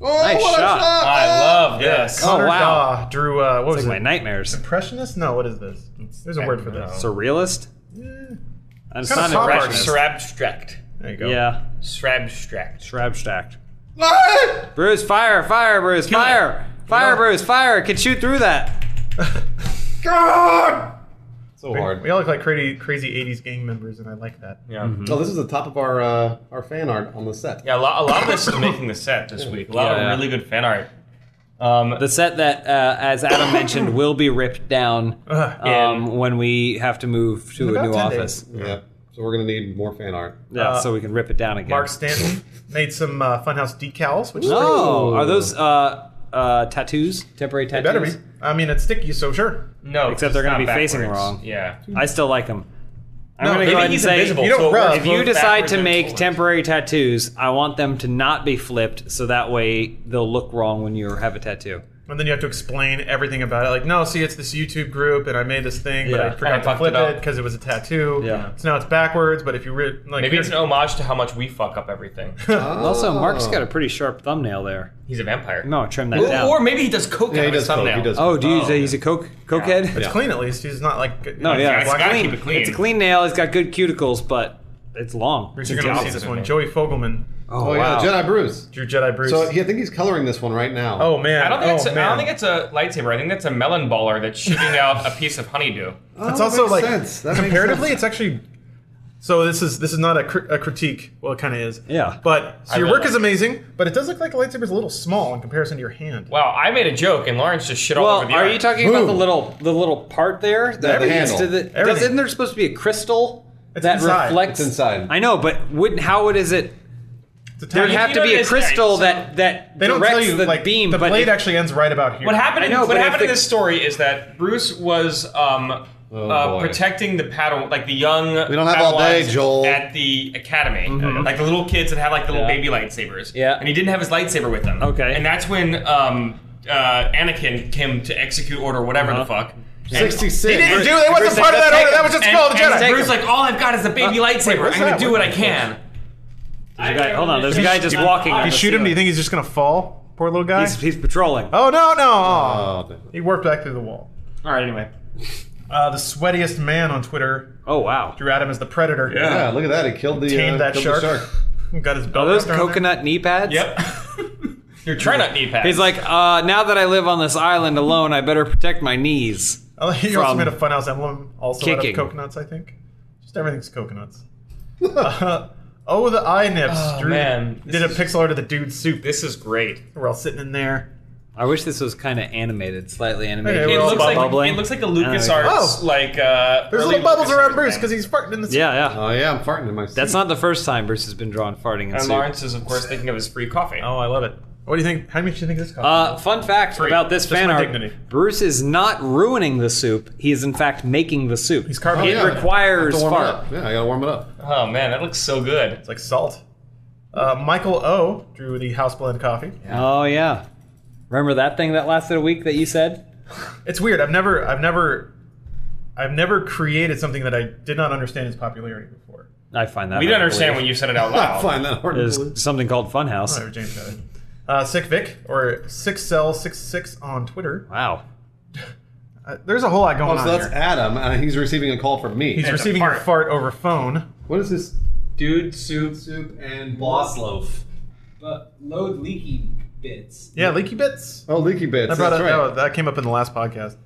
Oh,
Nice
what a
shot. Oh,
I love this.
Connor
wow.
Daw drew uh, what was
it's
it?
like my nightmares.
Impressionist? No, what is this? There's a word for
don't
this.
know.
Surrealist. And It's
Kinda
not
pop art.
impressionist.
Srabstract.
There you go.
Yeah,
Srabstract.
Shrabstacked. Bruce, fire, fire, Bruce, fire, fire, Bruce, fire. It Can shoot through that.
God! So
We-
hard.
We all look like crazy, crazy '80s gang members, and I like that.
Yeah.
Oh, this is the top of our uh, our fan art on the set.
Yeah, a lot, a lot of this is making the set this week. A lot
Yeah.
of really good fan art. Um,
The set that, uh, as Adam mentioned, will be ripped down
Ugh.
um, when we have to move to a
about
new
10
office.
Yeah. So we're gonna need more fan art.
Yeah,
Uh,
so we can rip it down again.
Mark Stanton made some uh, Funhouse decals, which is pretty
Oh, are those uh, uh, tattoos? Temporary
It
tattoos?
better be. I mean, it's sticky, so sure.
no,
Except they're gonna
it's not
be facing
backwards.
wrong.
Yeah.
I still like them. I'm
No,
gonna
maybe
go ahead and
he's
say
invisible,
you don't
so it
rub.
works
if you
both
decide
backwards
to
and
make
forwards.
temporary tattoos, I want them to not be flipped, so that way they'll look wrong when you have a tattoo.
And then you have to explain everything about it. Like, no, see, it's this YouTube group, and I made this thing, but
Yeah.
I forgot
Kinda
to
fucked
flip
it up.
it because it, was a tattoo.
Yeah.
So now it's backwards. But if you re- like,
Maybe it's an homage to how much we fuck up everything.
Also,
Oh.
Mark's got a pretty sharp thumbnail there.
He's a vampire.
No, trim that
Or,
down.
or maybe he does coke
Yeah,
out
he
of his
does coke.
thumbnail.
He does.
oh, do you
Oh,
say he's a coke cokehead?
it's
Yeah.
clean at least. He's not like
No, yeah, it's
gotta
clean.
keep it clean.
It's a clean nail. It's got good cuticles, but it's long.
Bruce,
It's
you're
the
gonna see
opposite.
this
opposite
one.
thing.
Joey Fogelman
Oh,
Oh,
wow.
yeah, Jedi Bruce.
drew Jedi Bruce.
So yeah, I think he's coloring this one right now.
oh man,
I don't think
oh,
it's. A,
man.
I don't think it's a lightsaber. I think that's a melon baller that's shooting out a piece of honeydew.
Oh,
it's
that
also
makes
like
sense. That makes
comparatively,
sense.
it's actually. So this is this is not a, cr- a critique. Well, it kind of is.
Yeah.
But so
I
your
really
work is
like
amazing, but it does look like the lightsaber's a little small in comparison to your hand.
Wow, I made a joke and Lawrence just shit all
Well,
over the
are
art.
you talking about
Boom.
the little the little part there? That
the
leads
handle.
to the- does-
Everything.
isn't there supposed to be a crystal
It's
that
inside.
reflects
It's inside.
I know, but wouldn't how would is it?
It's a
There'd
tiny-
have
you
to
know
be
it
a
is, right,
crystal
so-
that that
they don't
directs
tell you
the
like
beam,
the
but
blade
it-
actually ends right about here.
What happened? In,
I know,
what
but
happened
if
in
it-
this story is that Bruce was um,
Oh,
uh,
boy.
protecting the Padawan, like the young.
We don't have all day,
Padawans
Joel.
At the academy, Uh, like the little kids that have like the little
Yeah.
baby lightsabers.
Yeah.
and he didn't have his lightsaber with him.
Okay.
and that's when um, uh, Anakin came to execute order, whatever the
Uh-huh.
fuck.
sixty six.
He didn't do. It wasn't part of that order. That was just
And,
called the
and
Jedi.
Bruce like, all I've got is the baby lightsaber.
where's
I'm gonna
that?
do
What
what I can.
There's a guy- hold on, there's a guy just
Dude,
walking.
If
on
you
the
shoot him, do you
ceiling.
think he's just gonna fall? Poor little guy.
he's, he's patrolling?
oh no, no! Aw.
Oh, dude.
He warped back through the wall.
All right, anyway.
Uh, the sweatiest man on Twitter
Oh wow.
drew Adam as the predator.
yeah, look at that. He killed the,
Tamed
uh,
that
killed
shark.
the shark.
Got his
Are
belt.
those
wrapped around there.
coconut knee pads?
Yep. Your try not knee pads.
He's like, uh, now that I live on this island alone, I better protect my knees.
Oh, he also
from
made a funhouse emblem, also
kicking.
out of coconuts, I think. Just everything's coconuts. Uh, oh, the eye nips.
Oh,
Drew
man.
did a
This
pixel art of the dude soup.
this is great.
We're all sitting in there.
I wish this was kind of animated, slightly animated.
Okay,
It
They're all
looks like
bubbling.
it looks like a
Oh.
LucasArts like uh
There's
early
little bubbles
LucasArts
around Bruce
thing.
because he's farting in the soup.
Yeah, yeah.
Oh yeah, I'm farting in my. Seat.
That's not the first time Bruce has been drawn farting in
and
soup.
Lawrence is of course thinking of his free coffee.
Oh, I love it. What do you think? How much do you think this cost?
Uh, fun fact about this fan
my
art:
dignity.
Bruce is not ruining the soup; he is in fact making the soup.
he's carving
Oh,
it.
yeah.
It's
requires
I have to warm it
fart.
up. Yeah, I gotta warm it up.
Oh man, that looks so good.
like salt. Uh, Michael O drew the house blend coffee.
Oh yeah, remember that thing that lasted a week that you said?
It's weird. I've never, I've never, I've never created something that I did not understand its popularity before.
I find that
We
hard
didn't
to
understand when
believe.
you said it out
I
loud.
find that hard. to believe.
There's something called Funhouse.
Whatever, James got it. Uh, Sick Vic or Six Cell Six Six on Twitter.
Wow.
Uh, there's a whole lot going
Oh,
on
so that's
here.
Adam, and he's receiving a call from me.
He's
a
receiving
fart.
a fart over phone.
what is this?
Dude soup.
Soup and boss loaf.
But load leaky bits.
Yeah, leaky bits.
Oh, leaky bits.
I brought
that's
up,
right.
no, Oh, that came up in the last podcast.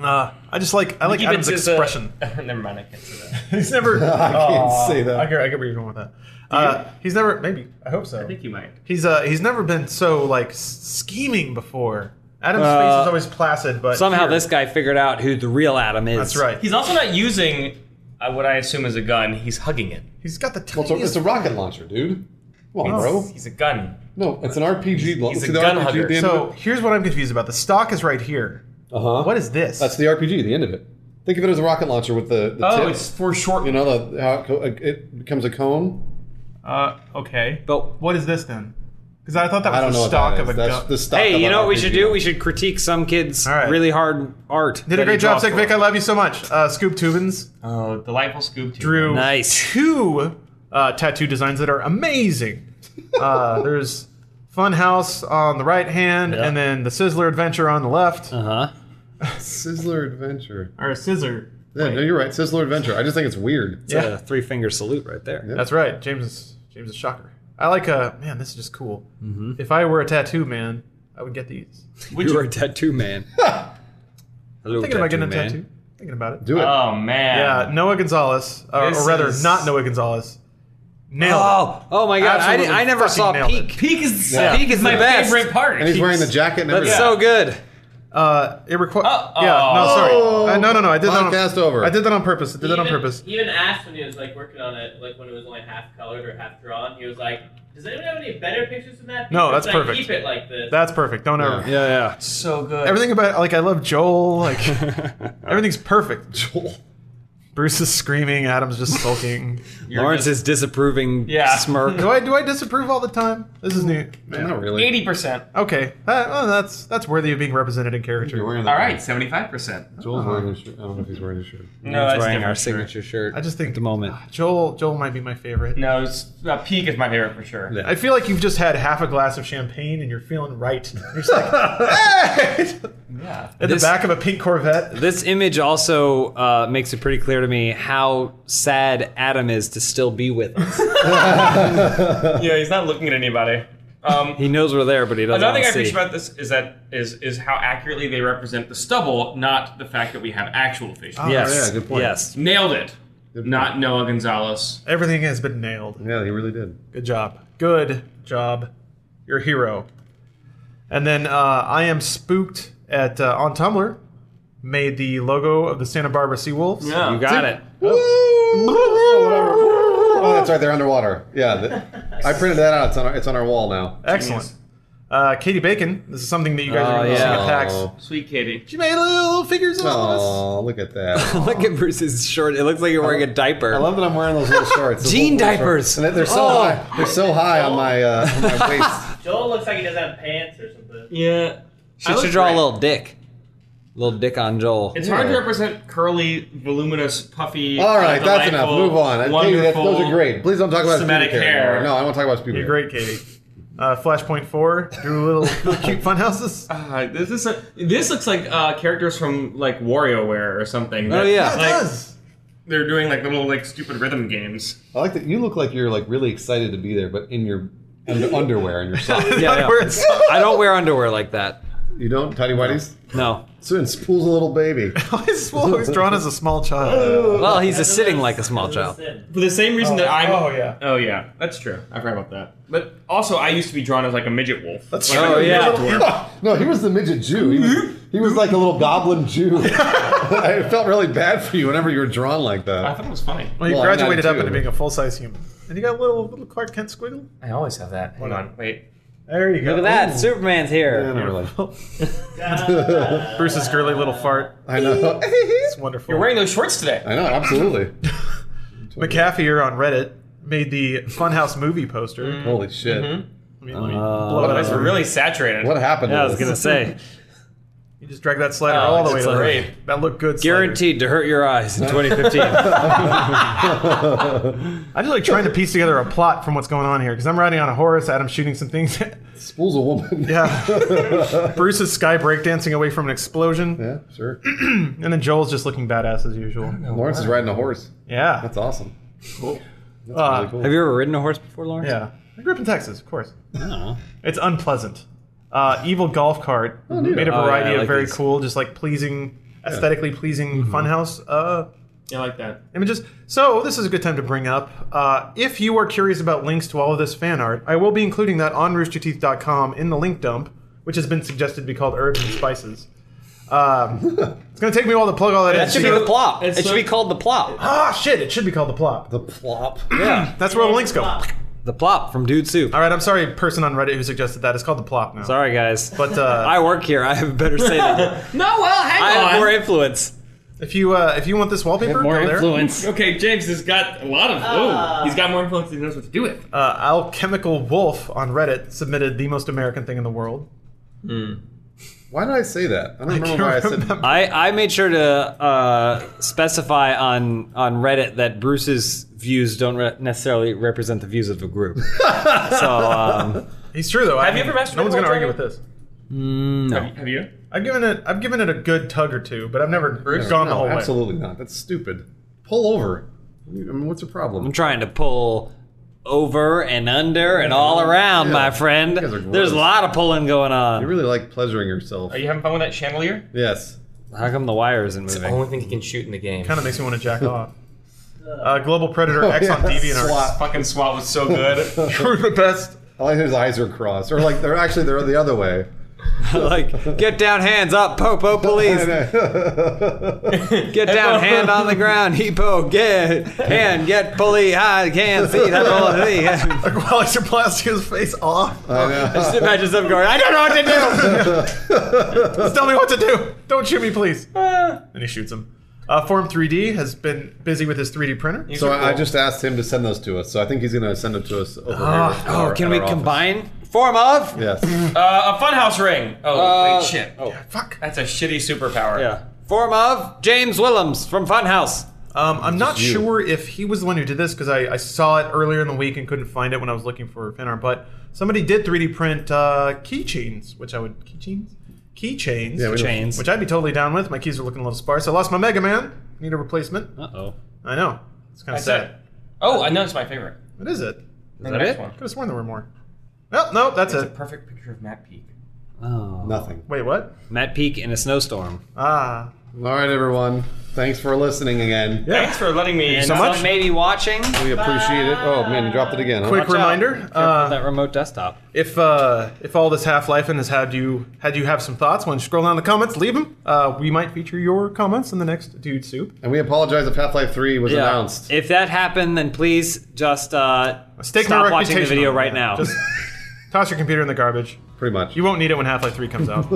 Uh, I just like I like
Mickey
Adam's
Bits is
expression.
A, never mind, I can't say that.
he's never.
I can't say that.
I get, I get where you're going with that. Uh, he's never. Maybe I hope so.
I think you might.
He's uh he's never been so like s- scheming before. Adam's face
Uh,
is always placid, but
Somehow
here-
this guy figured out who the real Adam is.
That's right.
He's also not using uh, what I assume is a gun. He's hugging it.
He's got the
Well, it's, a,
tiniest.
it's a rocket launcher, dude. Come on,
It's-
bro.
He's a gun.
No, it's an RPG. launcher.
he's a
See the
gun
RPG
hugger.
at the end
so here's what I'm confused about. The stock is right here.
of it? Uh-huh.
What is this?
That's the RPG, the end of it. Think of it as a rocket launcher with the, the
Oh,
tip.
it's for short.
you know the, how it, co- it becomes a cone.
Uh, okay.
But-
what is this then? Because I thought that was
I don't
the
know what
stock
that
of
is.
a
That's
gun.
the stock.
Hey,
of
you
an
know what we
RPG
should do?
gun.
We should critique some kids'
All right.
really hard art.
Did a
that he
great job,
draws
Sick
for
Vic. I
them.
love you so much. Uh, Scoop Tubins
Oh, delightful scoop. too.
drew
Nice.
two uh, tattoo designs that are amazing. Uh, there's Funhouse on the right hand, and then the Sizzler Adventure on the left.
Uh huh.
Sizzler Adventure.
Or Scissor.
Yeah, no, you're right. Sizzler Adventure. I just think it's weird.
It's a three finger salute right there.
That's right. James is James is shocker. I like a man. This is just cool.
Mm-hmm.
If I were a tattoo man, I would get these.
Would
you
you-
are a tattoo man. Hello,
Thinking about getting a
man.
tattoo. Thinking about it.
Do it.
Uh,
Oh man.
Yeah, Noah Gonzalez, or, or
This
rather,
is-
not Noah Gonzalez. Nailed. it.
Oh, oh my god! I,
Absolutely
di- I never
fucking
saw
nailed it.
peak.
Peak is
Yeah.
peak is my
best.
favorite part.
and he's wearing the jacket. And
That's
everything.
so good.
Uh, it requires.
Uh-oh.
yeah. No, sorry. Uh, no, no, no. I did
Podcast
that. On,
over.
I did that on purpose. I did that on
even,
purpose.
Even Ash, when he was like working on it, like when it was only half colored or half drawn, he was like, "Does anyone have any better pictures than that?"
No,
Because
that's
I
perfect.
Keep it like this.
That's perfect. Don't ever.
Yeah, yeah.
so good.
Everything about like I love Joel. Like everything's perfect. Joel. Bruce is screaming. Adam's just sulking.
Lawrence is disapproving
Yeah.
smirk.
do I do I disapprove all the time? This is new. Man.
Not really.
eighty percent.
Okay, that, well, that's that's worthy of being represented in
You're
caricature.
wearing that.
All right, seventy-five percent.
Joel's
Uh-huh.
wearing his shirt. I don't know if he's wearing his shirt.
No,
He's
that's
wearing
different.
our signature shirt.
I just think
at the moment.
Joel Joel might be my favorite.
No, it's, uh, peak is my favorite for sure.
I feel like you've just had half a glass of champagne and you're feeling right. You're just like, hey!
Yeah.
At
This-
the back of a pink Corvette.
This image also uh, makes it pretty clear to me how sad Adam is to still be with us.
Yeah, he's not looking at anybody. Um,
He knows we're there, but he doesn't.
Another thing I
wanna see.
appreciate about this is that is is how accurately they represent the stubble, not the fact that we have actual facial. hair.
Yes.
Oh, yeah, good point.
Yes.
Nailed it. Not Noah Gonzalez.
Everything has been nailed.
Yeah, he really did.
Good job. Good job. You're a hero. And then uh, I am spooked at uh, on Tumblr. Made the logo of the Santa Barbara Seawolves.
You got it.
Oh, that's right. They're underwater. Yeah, that- I printed that out. It's on our, it's on our wall now.
Excellent. Uh, Katie Bacon. This is something that you guys
Oh,
are going to see
yeah.
at PAX.
Sweet Katie.
She made little figures of all of us.
Oh, look at that.
Look at Bruce's short. It looks like you're wearing a diaper.
I love that I'm wearing those little shorts. those
Jean
little shorts.
diapers.
And they're so
Oh.
high. They're so high on my uh, on my waist.
Joel looks like he doesn't have pants or something.
Yeah.
She should draw a little dick. Little dick on Joel.
It's
Yeah.
hard to represent curly, voluminous, puffy.
All right,
uh,
that's enough.
delightful,
Move on. I think that-
Wonderful.
those are great. Please don't talk about
Semitic
pubic
hair.
anymore. No, I don't want to talk about pubic
You're
hair.
great, Katie. Uh, Flashpoint 4, drew little, little cute fun houses.
Uh, this is a, this looks like uh, characters from like WarioWare or something.
Oh,
that-
yeah.
like,
does.
They're doing like little like stupid rhythm games.
I like that. You look like you're like really excited to be there, but in your under- underwear and your socks.
Yeah, yeah.
Where it's-
I don't wear underwear like that.
You don't tidy whities.
No.
Soon spools a little baby.
He's always drawn as a small child.
Well, he's a
That's
sitting
what
like
I
a
said.
small
That's what I
child.
said.
For the same reason that I'm.
oh, yeah.
Oh yeah, that's true. I forgot about that. But also, I used to be drawn as like a midget wolf. That's like,
Oh,
a
yeah.
midget dwarf.
no, he was the midget Jew. He was, he was like a little goblin Jew. I felt really bad for you whenever you were drawn like
I
that.
thought it was funny.
Well, he
Well, I got
graduated
it
up
too.
into being a full size human. And you got a little, little Clark Kent squiggle.
I always have that. Hold on, wait.
There you go.
Look at that. Superman's
I
here.
know, really.
Bruce's girly little fart.
I know.
It's wonderful.
You're wearing those shorts today.
I know. Absolutely.
McAfee on Reddit made the Funhouse movie poster.
Holy shit!
I mean, let me
Uh,
blow it
Oh, Those
up.
were really saturated.
What happened?
Yeah, I
to
was
this?
going to say.
You just drag that slider
Oh,
all the way
it's
to the
great.
right. That looked good. slider.
Guaranteed to hurt your eyes in 2015.
I'm just like trying to piece together a plot from what's going on here because I'm riding on a horse. Adam's shooting some things.
Spools a woman.
yeah. Bruce is sky breakdancing away from an explosion.
Yeah, sure.
And then Joel's just looking badass as usual.
Lawrence is riding a horse.
Yeah.
That's awesome. Cool. That's
Uh,
really cool.
Have you ever ridden a horse before, Lawrence?
Yeah. I grew up in Texas, of course. It's unpleasant. Uh, evil golf cart made a
Oh, yeah,
variety
I
of
like
very
these.
cool, just like pleasing, aesthetically pleasing funhouse uh,
I like that.
images. So this is a good time to bring up. Uh, if you are curious about links to all of this fan art, I will be including that on roosterteeth.com in the link dump, which has been suggested to be called herbs and spices. Um, it's gonna take me a while to plug all that, in.
That should be
So-
the plop. It
It's
should be
so-
called the plop.
ah shit! It should be called the plop.
the plop.
That's where the links go.
Fuck.
The plop from Dude Soup.
All right, I'm sorry, person on Reddit who suggested that. It's called the plop now.
Sorry, guys.
but uh,
I work here. I have better say than you.
No, well, hang
I have
on.
more influence.
If you uh, if you want this wallpaper,
More
go there.
influence.
Okay, James has got a lot of.
Ah.
ooh, he's got more influence than he knows what to do with.
Uh, Alchemical Wolf on Reddit submitted the most American thing in the world.
Why did I say that? I don't remember why I said that.
I, I made sure to uh, specify on on Reddit that Bruce's views don't re- necessarily represent the views of the group. so um,
It's true though.
Have you ever masturbated
No one's gonna
while
argue with
driving?
this.
no,
Have you?
I've given it. I've given it a good tug or two, but I've never gone the
No,
whole way.
absolutely not. That's stupid. Pull over. I mean, what's the problem?
I'm trying to pull over and under and all around,
Yeah.
my friend.
You guys are gross.
There's a lot of pulling going
you
on.
really like pleasuring yourself.
Are you having fun with that chandelier?
yes.
How come the wire isn't moving?
thing he can shoot in the game.
Kind of makes me want to jack off. Uh, Global Predator X on
Oh, yeah,
DeviantArt.
SWAT.
Fucking SWAT was so good. Uh,
You're the best.
I like his eyes are crossed, or like they're actually they're the other way.
like, get down, hands up, popo, police. Get down, hand on the ground, hippo, get hand, get pulley. I can't see that whole thing.
Like while you're blasting his face off.
Just imagine them going, I don't know what to do.
Just tell me what to do. Don't shoot me, please. And he shoots him. Uh, Form 3D has been busy with his 3D printer.
so I, I just asked him to send those to us. So I think he's going to send them to us over here. at
Oh,
our-
can
at
we
our office.
combine? Form of?
Yes.
Uh, a funhouse ring. Oh,
Uh,
wait, shit. Oh,
Fuck.
that's a shitty superpower.
Yeah. Form of James Willems from Funhouse.
Um, I'm not
you.
sure if he was the one who did this because I, I saw it earlier in the week and couldn't find it when I was looking for Finnar. But somebody did 3D print uh, keychains, which I would keychains, keychains,
Yeah, we don't-
Chains.
which I'd be totally down with. My keys are looking a little sparse. I lost my Mega Man. Need a replacement.
Uh oh.
I know. It's kind of sad.
That's it. Oh, I know it's my favorite.
What is it?
Is
that it?
Could have sworn there were more. Well, no, that's
It's a
it.
perfect picture of Matt Peak.
Oh.
Nothing.
Wait, what?
Matt Peak in a snowstorm.
Ah,
All right, everyone. Thanks for listening again.
Thanks for letting me.
so much. Uh.
Maybe watching.
We appreciate it. Oh man, you dropped it again. huh?
Quick reminder.
Careful with
Uh,
that remote desktop.
if uh, if all this half life has had you had you have some thoughts, when you scroll down the comments, leave them. Uh, we might feature your comments in the next Dude Soup.
And we apologize if Half Life Three was announced.
If that happened, then please just uh,
Stake my
stop watching the
reputation
video
on
right
it.
now.
Just toss your computer in the garbage.
Pretty much.
You won't need it when Half Life Three comes out.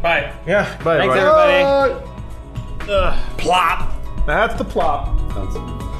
Bye.
yeah. Bye.
Thanks,
everybody.
everybody.
Plop. That's the plop.
Sounds-